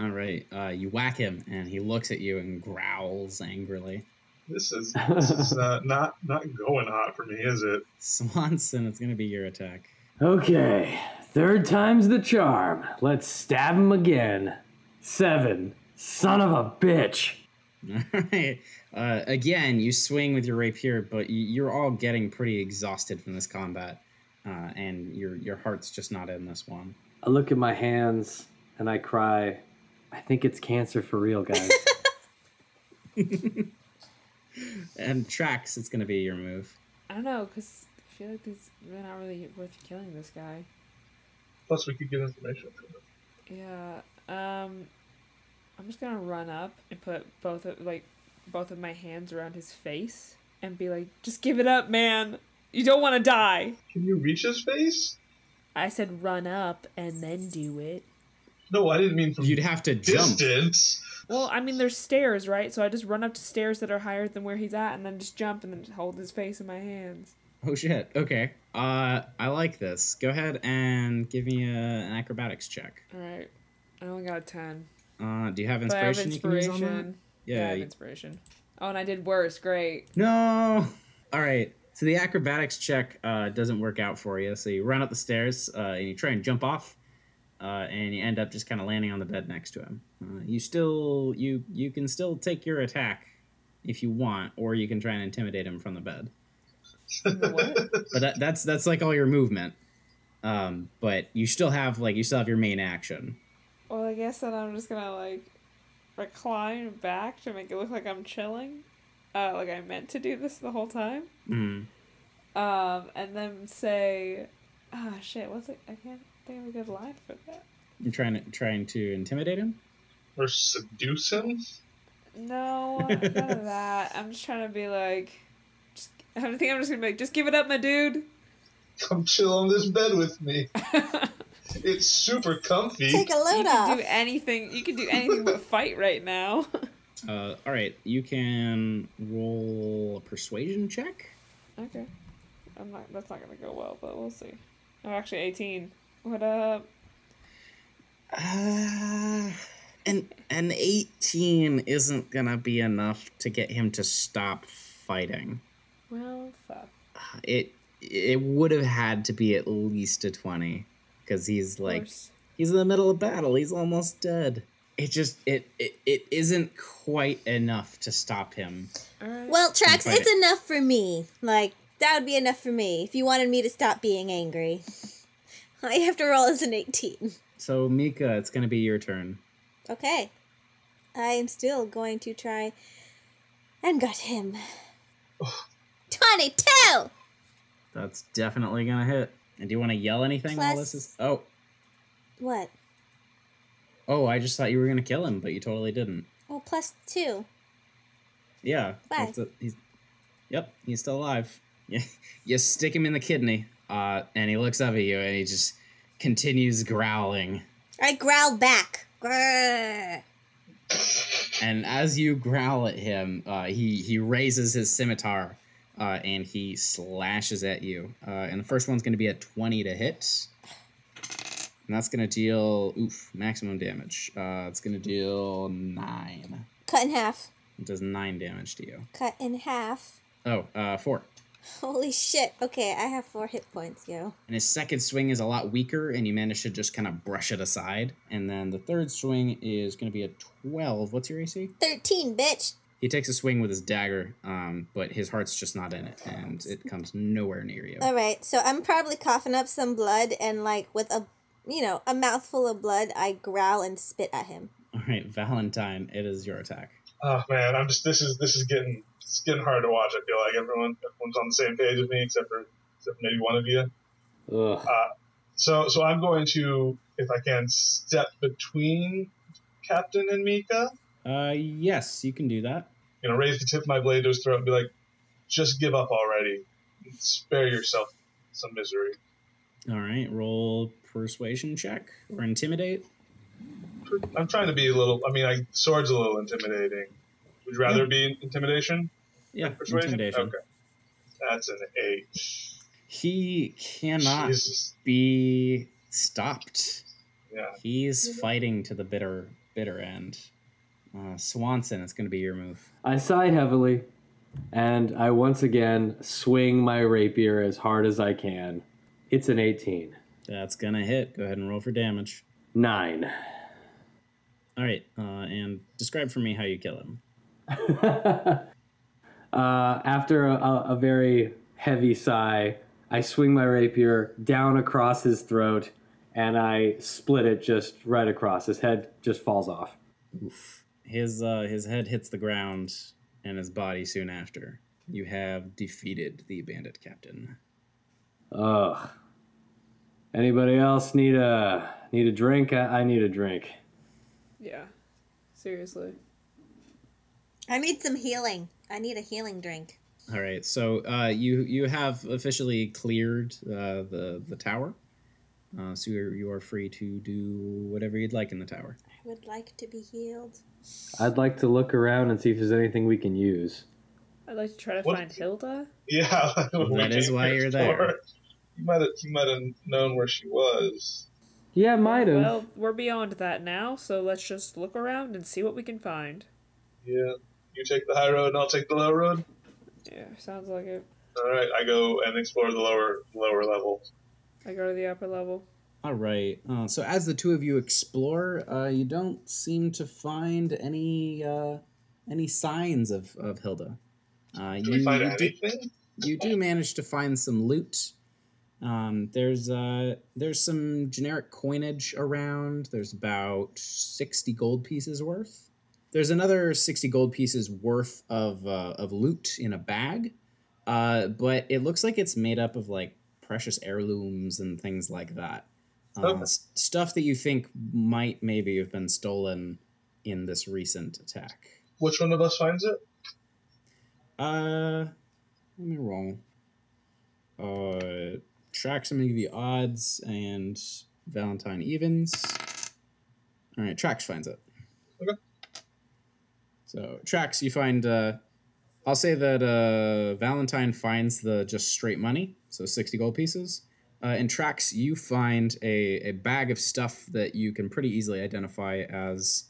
All right, uh, you whack him, and he looks at you and growls angrily. This is this is uh, not not going hot for me, is it? Swanson, it's gonna be your attack. Okay, third time's the charm. Let's stab him again. Seven. Son of a bitch. Alright. Uh, again, you swing with your rapier, but y- you're all getting pretty exhausted from this combat, uh, and your your heart's just not in this one. I look at my hands and I cry. I think it's cancer for real, guys. And tracks, it's gonna be your move. I don't know, cause I feel like these they're not really worth killing this guy. Plus, we could get information. Yeah. Um, I'm just gonna run up and put both of like both of my hands around his face and be like, "Just give it up, man. You don't want to die." Can you reach his face? I said, "Run up and then do it." No, I didn't mean from You'd have to jump. distance. Well, I mean, there's stairs, right? So I just run up to stairs that are higher than where he's at, and then just jump and then just hold his face in my hands. Oh shit. Okay. Uh, I like this. Go ahead and give me a, an acrobatics check. All right. I only got a ten. Uh, do you have But I have inspiration? You can use on that? inspiration. I Yeah. have you- inspiration. Oh, and I did worse. Great. No. All right. So the acrobatics check uh, doesn't work out for you. So you run up the stairs uh, and you try and jump off, uh, and you end up just kind of landing on the bed next to him. Uh, you still you you can still take your attack if you want, or you can try and intimidate him from the bed. What? But that, that's that's like all your movement. Um, but you still have like you still have your main action. Well, I guess then I'm just gonna like recline back to make it look like I'm chilling, uh, like I meant to do this the whole time. Mm. Um, and then say, ah, shit, what's it? I can't think of a good line for that. You're trying to trying to intimidate him. or seduce him. No, none of that. I'm just trying to be like, just, I think I'm just gonna be like, just give it up, my dude. Come chill on this bed with me. you It's super comfy. Take a load can off. do anything. You can do anything but fight right now. Uh, all right, you can roll a persuasion check. Okay. I'm not that's not gonna go well, but we'll see. Oh actually eighteen. What up? Uh, an an 18 isn't gonna be enough to get him to stop fighting. Well fuck. It it would have had to be at least a 20 because he's like Worse. he's in the middle of battle. He's almost dead. it just it, it it isn't quite enough to stop him. All right. Well, Trax, Right. it's enough for me. Like, that would be enough for me if you wanted me to stop being angry. I have to roll as an 18. So Mika, it's gonna be your turn. Okay. I am still going to try and got him. 22! That's definitely gonna hit. And do you want to yell anything while this is? Oh, What? oh! I just thought you were gonna kill him, but you totally didn't. Oh, plus 2. Yeah. Bye. that's it. He's, yep, he's still alive. Yeah, you stick him in the kidney, uh, and he looks up at you, and he just continues growling. I growl back. Grrr. And as you growl at him, uh, he he raises his scimitar, uh, and he slashes at you. Uh, and the first one's going to be a twenty to hit, and that's going to deal oof maximum damage. Uh, it's going to deal nine. Cut in half. It does nine damage to you. Cut in half. Oh, uh, four. Holy shit. Okay, I have four hit points, yo. And his second swing is a lot weaker, and you manage to just kind of brush it aside. And then the third swing is going to be a twelve. What's your AC? 13, bitch. He takes a swing with his dagger, um, but his heart's just not in it, and it comes nowhere near you. All right, so I'm probably coughing up some blood, and like with a, you know, a mouthful of blood, I growl and spit at him. All right, Valentine, it is your attack. Oh man, I'm just this is this is getting it's getting hard to watch. I feel like everyone everyone's on the same page as me except for except for maybe one of you. Ugh. So so I'm going to if I can step between Captain and Mika. Uh, yes, you can do that. You know, raise the tip of my blade to his throat and be like, "Just give up already. Spare yourself some misery." All right, roll persuasion check or intimidate. I'm trying to be a little. I mean, I, sword's a little intimidating. Would you rather be intimidation? Yeah, Persuasion. intimidation. Okay, that's an eight. He cannot Jesus. be stopped. Yeah. He's fighting to the bitter, bitter end. Uh, Swanson, it's going to be your move. I sigh heavily, and I once again swing my rapier as hard as I can. It's an 18. That's going to hit. Go ahead and roll for damage. Nine. All right, uh, and describe for me how you kill him. uh, after a, a, a very heavy sigh, I swing my rapier down across his throat and I split it just right across. His head just falls off. His uh, his head hits the ground and his body soon after. You have defeated the bandit captain. Ugh. Anybody else need a need a drink? I, I need a drink. Yeah. Seriously. I need some healing. I need a healing drink. All right, so uh, you you have officially cleared uh, the the tower, uh, so you're, you are free to do whatever you'd like in the tower. I would like to be healed. I'd like to look around and see if there's anything we can use. I'd like to try to What- find Hilda. Yeah, we That is came why here you're for there. her. You might have you might have known where she was. Yeah, might have. Well, we're beyond that now, so let's just look around and see what we can find. Yeah, you take the high road and I'll take the low road. Yeah, sounds like it. All right, I go and explore the lower lower level. I go to the upper level. All right. Uh, so as the two of you explore, uh, you don't seem to find any uh, any signs of of Hilda. Uh, Do we find you do- anything? you do manage to find some loot. Um, there's uh, there's some generic coinage around. There's about sixty gold pieces worth. There's another sixty gold pieces worth of uh, of loot in a bag, uh, but it looks like it's made up of like precious heirlooms and things like that. Uh, Okay. s- Stuff that you think might maybe have been stolen in this recent attack. Which one of us finds it? Uh, let me roll. Uh, Trax, I'm gonna give you odds and Valentine evens. All right, Trax finds it. Okay. So Trax, you find. Uh, I'll say that uh, Valentine finds the just straight money, so sixty gold pieces. Uh, and Trax, you find a, a bag of stuff that you can pretty easily identify as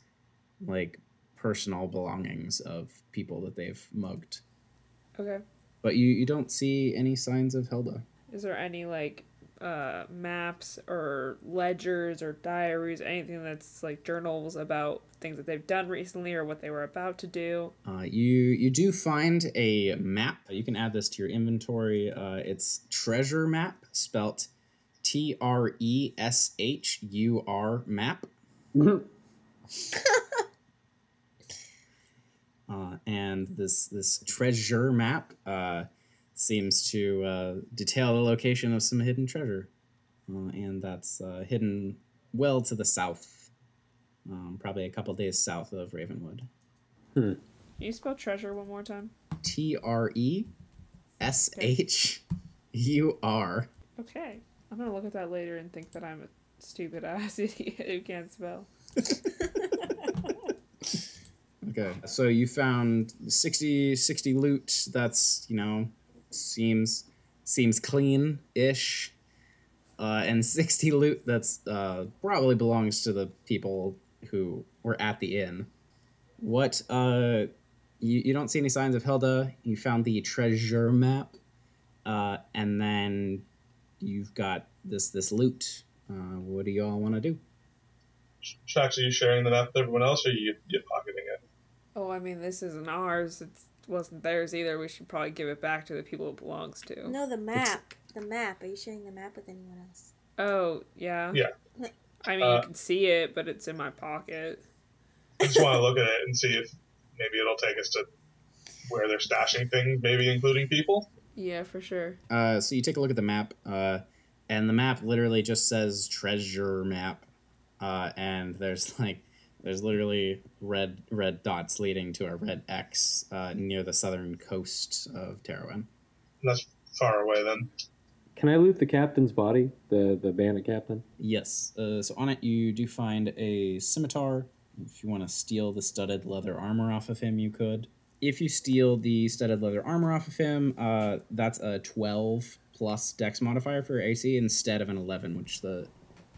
like personal belongings of people that they've mugged Okay. but you, you don't see any signs of Hilda. Is there any like uh, maps or ledgers or diaries, anything that's like journals about things that they've done recently or what they were about to do. Uh, you you do find a map. You can add this to your inventory. Uh, it's treasure map, spelt T R E S H U R map. uh, and this this treasure map uh, seems to uh, detail the location of some hidden treasure, uh, and that's uh, hidden well to the south, um, probably a couple days south of Ravenwood. Can you spell treasure one more time? T R E S H U R. Okay. I'm gonna look at that later and think that I'm a stupid ass idiot who can't spell. Okay. So you found 60, 60 loot. That's you know seems seems clean ish, uh, and sixty loot that's uh, probably belongs to the people who were at the inn. What uh, you you don't see any signs of Hilda. You found the treasure map, uh, and then you've got this this loot. Uh, what do y'all want to do? Shax, are you sharing the map with everyone else, or are you, you pocketing it? Oh, I mean, this isn't ours. It wasn't theirs either. We should probably give it back to the people it belongs to. No, the map. The map. Are you sharing the map with anyone else? Oh, yeah. Yeah. I mean, you Uh, can see it, but it's in my pocket. I just want to look at it and see if maybe it'll take us to where they're stashing things, maybe including people. Yeah, for sure. Uh, so you take a look at the map, uh, and the map literally just says treasure map, uh, and there's like there's literally red red dots leading to a red X uh, near the southern coast of Tarawin. And that's far away then. Can I loot the captain's body? The the bandit captain? Yes. Uh, so on it you do find a scimitar. If you want to steal the studded leather armor off of him, you could. If you steal the studded leather armor off of him, uh, that's a twelve plus Dex modifier for your AC instead of an eleven, which the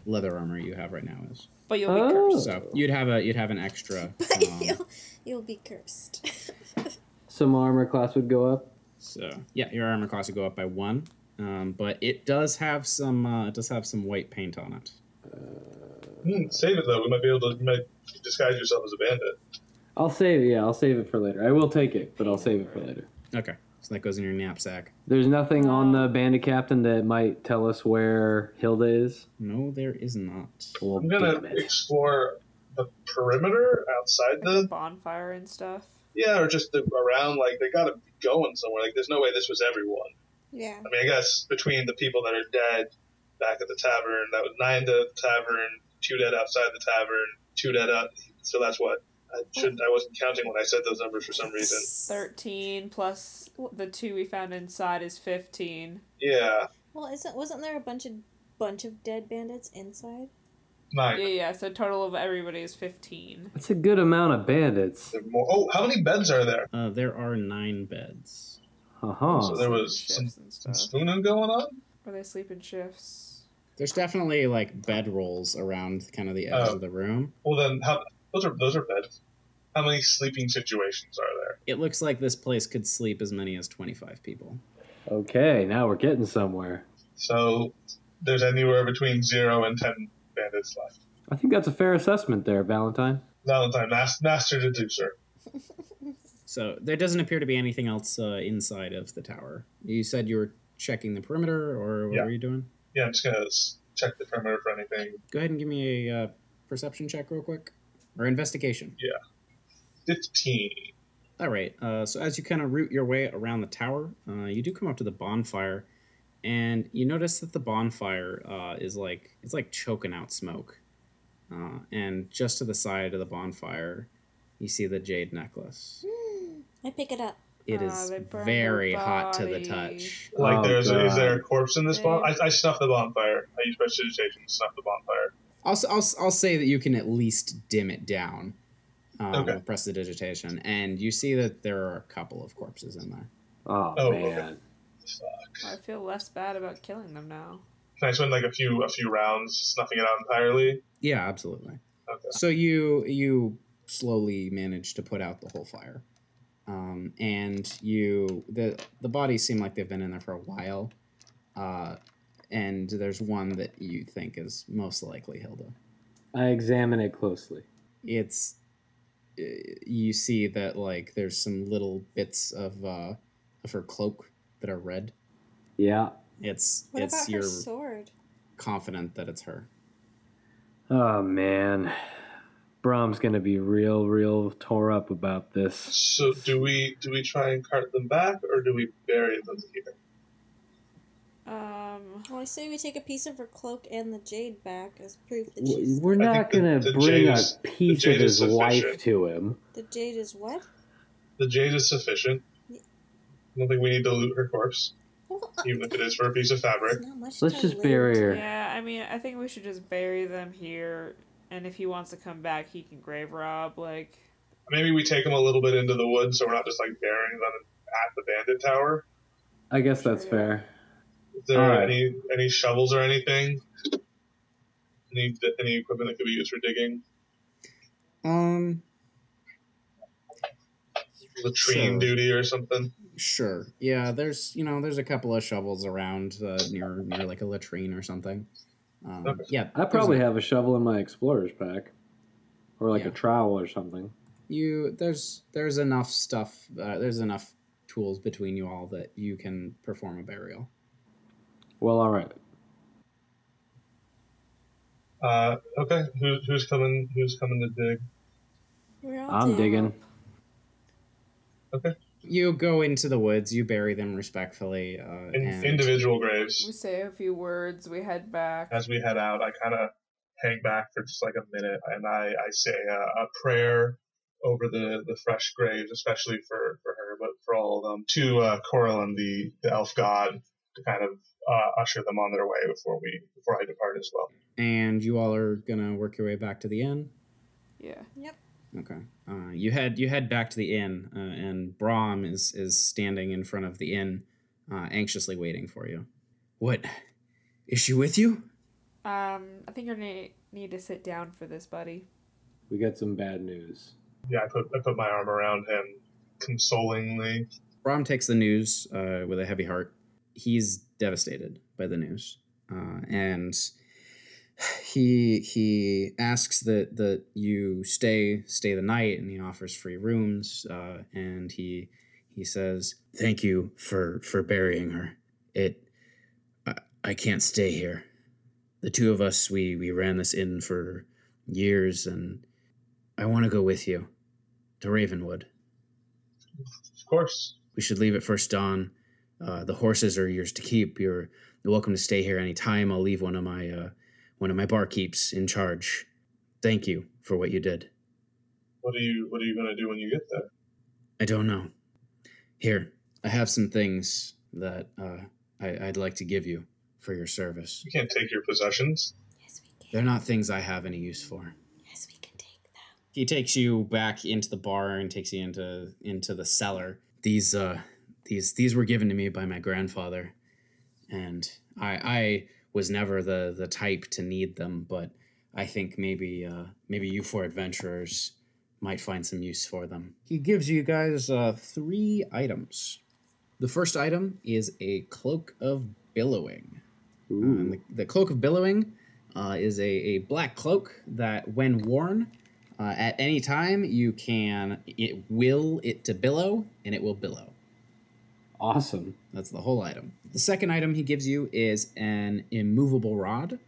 leather armor you have right now is. But you'll be Oh. cursed. So you'd have a you'd have an extra. Um, you'll, you'll be cursed. Some armor class would go up. so yeah, your armor class would go up by one, um, but it does have some uh, it does have some white paint on it. Hmm, save it though. We might be able to you might disguise yourself as a bandit. I'll save it. Yeah, I'll save it for later. I will take it, but I'll save it for later. Okay, so that goes in your knapsack. There's nothing on the bandit captain that might tell us where Hilda is. No, there is not. Well, I'm gonna damn it. explore the perimeter outside Like a the bonfire and stuff. yeah, or just the, around. Like they gotta be going somewhere. Like there's no way this was everyone. yeah. I mean, I guess between the people that are dead back at the tavern, that was nine dead at the tavern, two dead outside the tavern, two dead up. So that's what I shouldn't. I wasn't counting when I said those numbers for some reason. 13 plus the two we found inside is 15. Yeah, Well, isn't wasn't there a bunch of bunch of dead bandits inside? nine. Yeah, yeah, so total of everybody is 15. That's a good amount of bandits. There were More. Oh, how many beds are there? Uh, there are nine beds. Uh So huh. there was some, Shifts and some stuff. spooning going on. Or they sleep in shifts. There's definitely like bed rolls around kind of the edge Oh. of the room. Well, then how, those are those are beds. How many sleeping situations are there? It looks like this place could sleep as many as 25 people. Okay, now we're getting somewhere. So there's anywhere between zero and ten bandits left. I think that's a fair assessment there, Valentine. Valentine, mas- master deducer. So there doesn't appear to be anything else uh, inside of the tower. You said you were checking the perimeter, or what Yeah. were you doing? Yeah, I'm just gonna s- check the perimeter for anything. Go ahead and give me a uh, perception check, real quick, or investigation. 15. All right. Uh, so as you kind of root your way around the tower, uh, you do come up to the bonfire, and you notice that the bonfire uh, is like it's like choking out smoke. Uh, and just to the side of the bonfire, you see the jade necklace. I pick it up. It Ah, is they burned her very hot to the body. touch. Like, Oh, there's a, is God. there a corpse in this Babe. bon? I, I snuffed the bonfire. I used prestidigitation to snuff the bonfire. I'll, s- I'll, s- I'll say that you can at least dim it down. Um, Okay. Press the digitation, and you see that there are a couple of corpses in there. Oh, Oh, man. okay. I feel less bad about killing them now. Can I spend like a few a few rounds snuffing it out entirely? Yeah, absolutely. Okay. So you you slowly manage to put out the whole fire, um, and you the the bodies seem like they've been in there for a while, uh, and there's one that you think is most likely Hilda. I examine it closely. It's uh, you see that like there's some little bits of uh of her cloak that are red. Yeah. It's What it's about you're her sword? confident that it's her. Oh man. Brom's gonna be real, real tore up about this. So do we do we try and cart them back, or do we bury them here? Um, Well, I say we take a piece of her cloak and the jade back as proof that she's. We're I not think the- gonna the bring jade a is- piece of jade is his wife sufficient. to him. The jade is what? The jade is sufficient. I don't think we need to loot her corpse, Well, uh, even if it is for a piece of fabric. there's not much Let's to just loot. bury her. yeah, I mean, I think we should just bury them here, and if he wants to come back, he can grave rob. Like, Maybe we take them a little bit into the woods, so we're not just like burying them at the bandit tower. I guess that's Sure. fair. Is there Alright. any any shovels or anything? Any any equipment that could be used for digging? Um Latrine Sure. duty or something? sure. Yeah, there's you know, there's a couple of shovels around uh, near near like a latrine or something. Um, Okay. yeah. I there's probably a- have a shovel in my explorer's pack. Or like Yeah. a trowel or something. you there's there's enough stuff uh, there's enough tools between you all that you can perform a burial. Well, alright. Uh, okay, Who, who's coming? Who's coming to dig? We're all I'm dead. digging. You go into the woods, you bury them respectfully, uh, In, and individual we graves. say a few words, we head back. As we head out, I kind of hang back for just like a minute, and I I say a, a prayer over the the fresh graves, especially for for her, but for all of them, to uh, Coralin, the the elf god, to kind of uh, usher them on their way before we before I depart as well. and you all are gonna work your way back to the inn. Yeah. Okay. Uh, you head you head back to the inn, uh, and Brahm is is standing in front of the inn, uh, anxiously waiting for you. What? Is she with you? Um, I think you're gonna need to sit down for this, buddy. We got some bad news. yeah, I put I put my arm around him consolingly. Brahm takes the news uh, with a heavy heart. He's devastated by the news, uh, and he he asks that that you stay stay the night, and he offers free rooms. Uh, and he he says, "Thank you for for burying her. It I, I can't stay here. The two of us we we ran this inn for years, and I want to go with you to Ravenwood." Of course. We should leave at first dawn. Uh, the horses are yours to keep. You're you're welcome to stay here anytime. I'll leave one of my uh, one of my barkeeps in charge. Thank you for what you did. What are you What are you gonna do when you get there? I don't know. Here, I have some things that uh, I, I'd like to give you for your service. You can't take your possessions. Yes, we can. They're not things I have any use for. Yes, we can take them. he takes you back into the bar and takes you into into the cellar. These uh these these were given to me by my grandfather, and I I was never the the type to need them, but I think maybe uh, maybe you four adventurers might find some use for them. He gives you guys uh, three items. The first item is a cloak of billowing. Uh, and the, the cloak of billowing uh, is a, a black cloak that, when worn, uh, at any time you can it will it to billow, and it will billow. Awesome. That's the whole item. The second item he gives you is an immovable rod.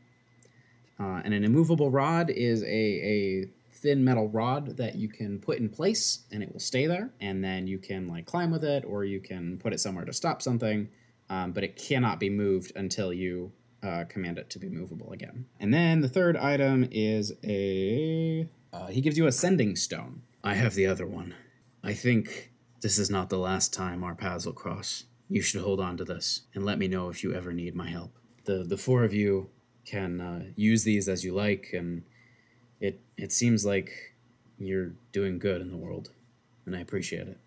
Uh, and an immovable rod is a, a thin metal rod that you can put in place and it will stay there. And then you can like climb with it or you can put it somewhere to stop something. Um, but it cannot be moved until you uh, command it to be movable again. And then the third item is a. Uh, he gives you a sending stone. I have the other one. I think this is not the last time our paths will cross. You should hold on to this and let me know if you ever need my help. The the four of you can uh, use these as you like, and it it seems like you're doing good in the world, and I appreciate it.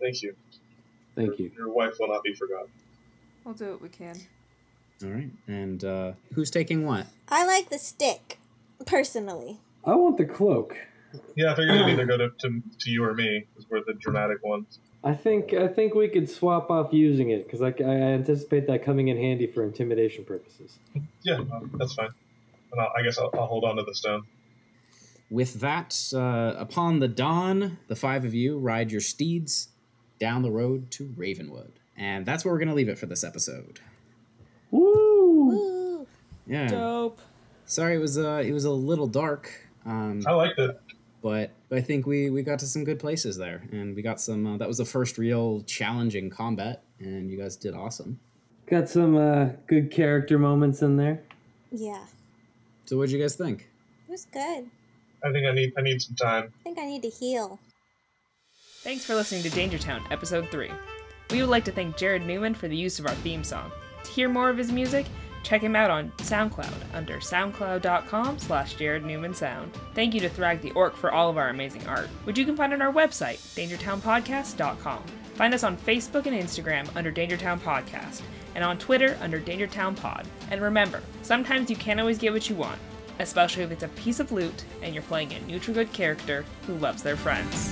Thank you. Thank you. Your wife will not be forgotten. We'll do what we can. All right, and uh, who's taking what? I like the stick, personally. I want the cloak. Yeah, I figured it'd either go to, to, to you or me because we're the dramatic ones. I think I think we could swap off using it because I, I anticipate that coming in handy for intimidation purposes. Yeah, um, that's fine. And I'll, I guess I'll, I'll hold on to the stone. With that, uh, upon the dawn, the five of you ride your steeds down the road to Ravenwood. And that's where we're going to leave it for this episode. Woo! Ooh. Yeah. Dope. Sorry it was uh it was a little dark. Um I liked it. but I think we we got to some good places there and we got some uh, that was the first real challenging combat and you guys did awesome. Got some uh, good character moments in there. Yeah. So what would you guys think? It was good. I think I need I need some time. I think I need to heal. Thanks for listening to Danger Town, Episode 3. We would like to thank Jared Newman for the use of our theme song. To hear more of his music, check him out on SoundCloud under soundcloud.com slash Jared Newman Sound. Thank you to Thrag the Orc for all of our amazing art, which you can find on our website, dangertownpodcast.com. Find us on Facebook and Instagram under Dangertown Podcast, and on Twitter under Dangertown Pod. And remember, sometimes you can't always get what you want, especially if it's a piece of loot and you're playing a neutral good character who loves their friends.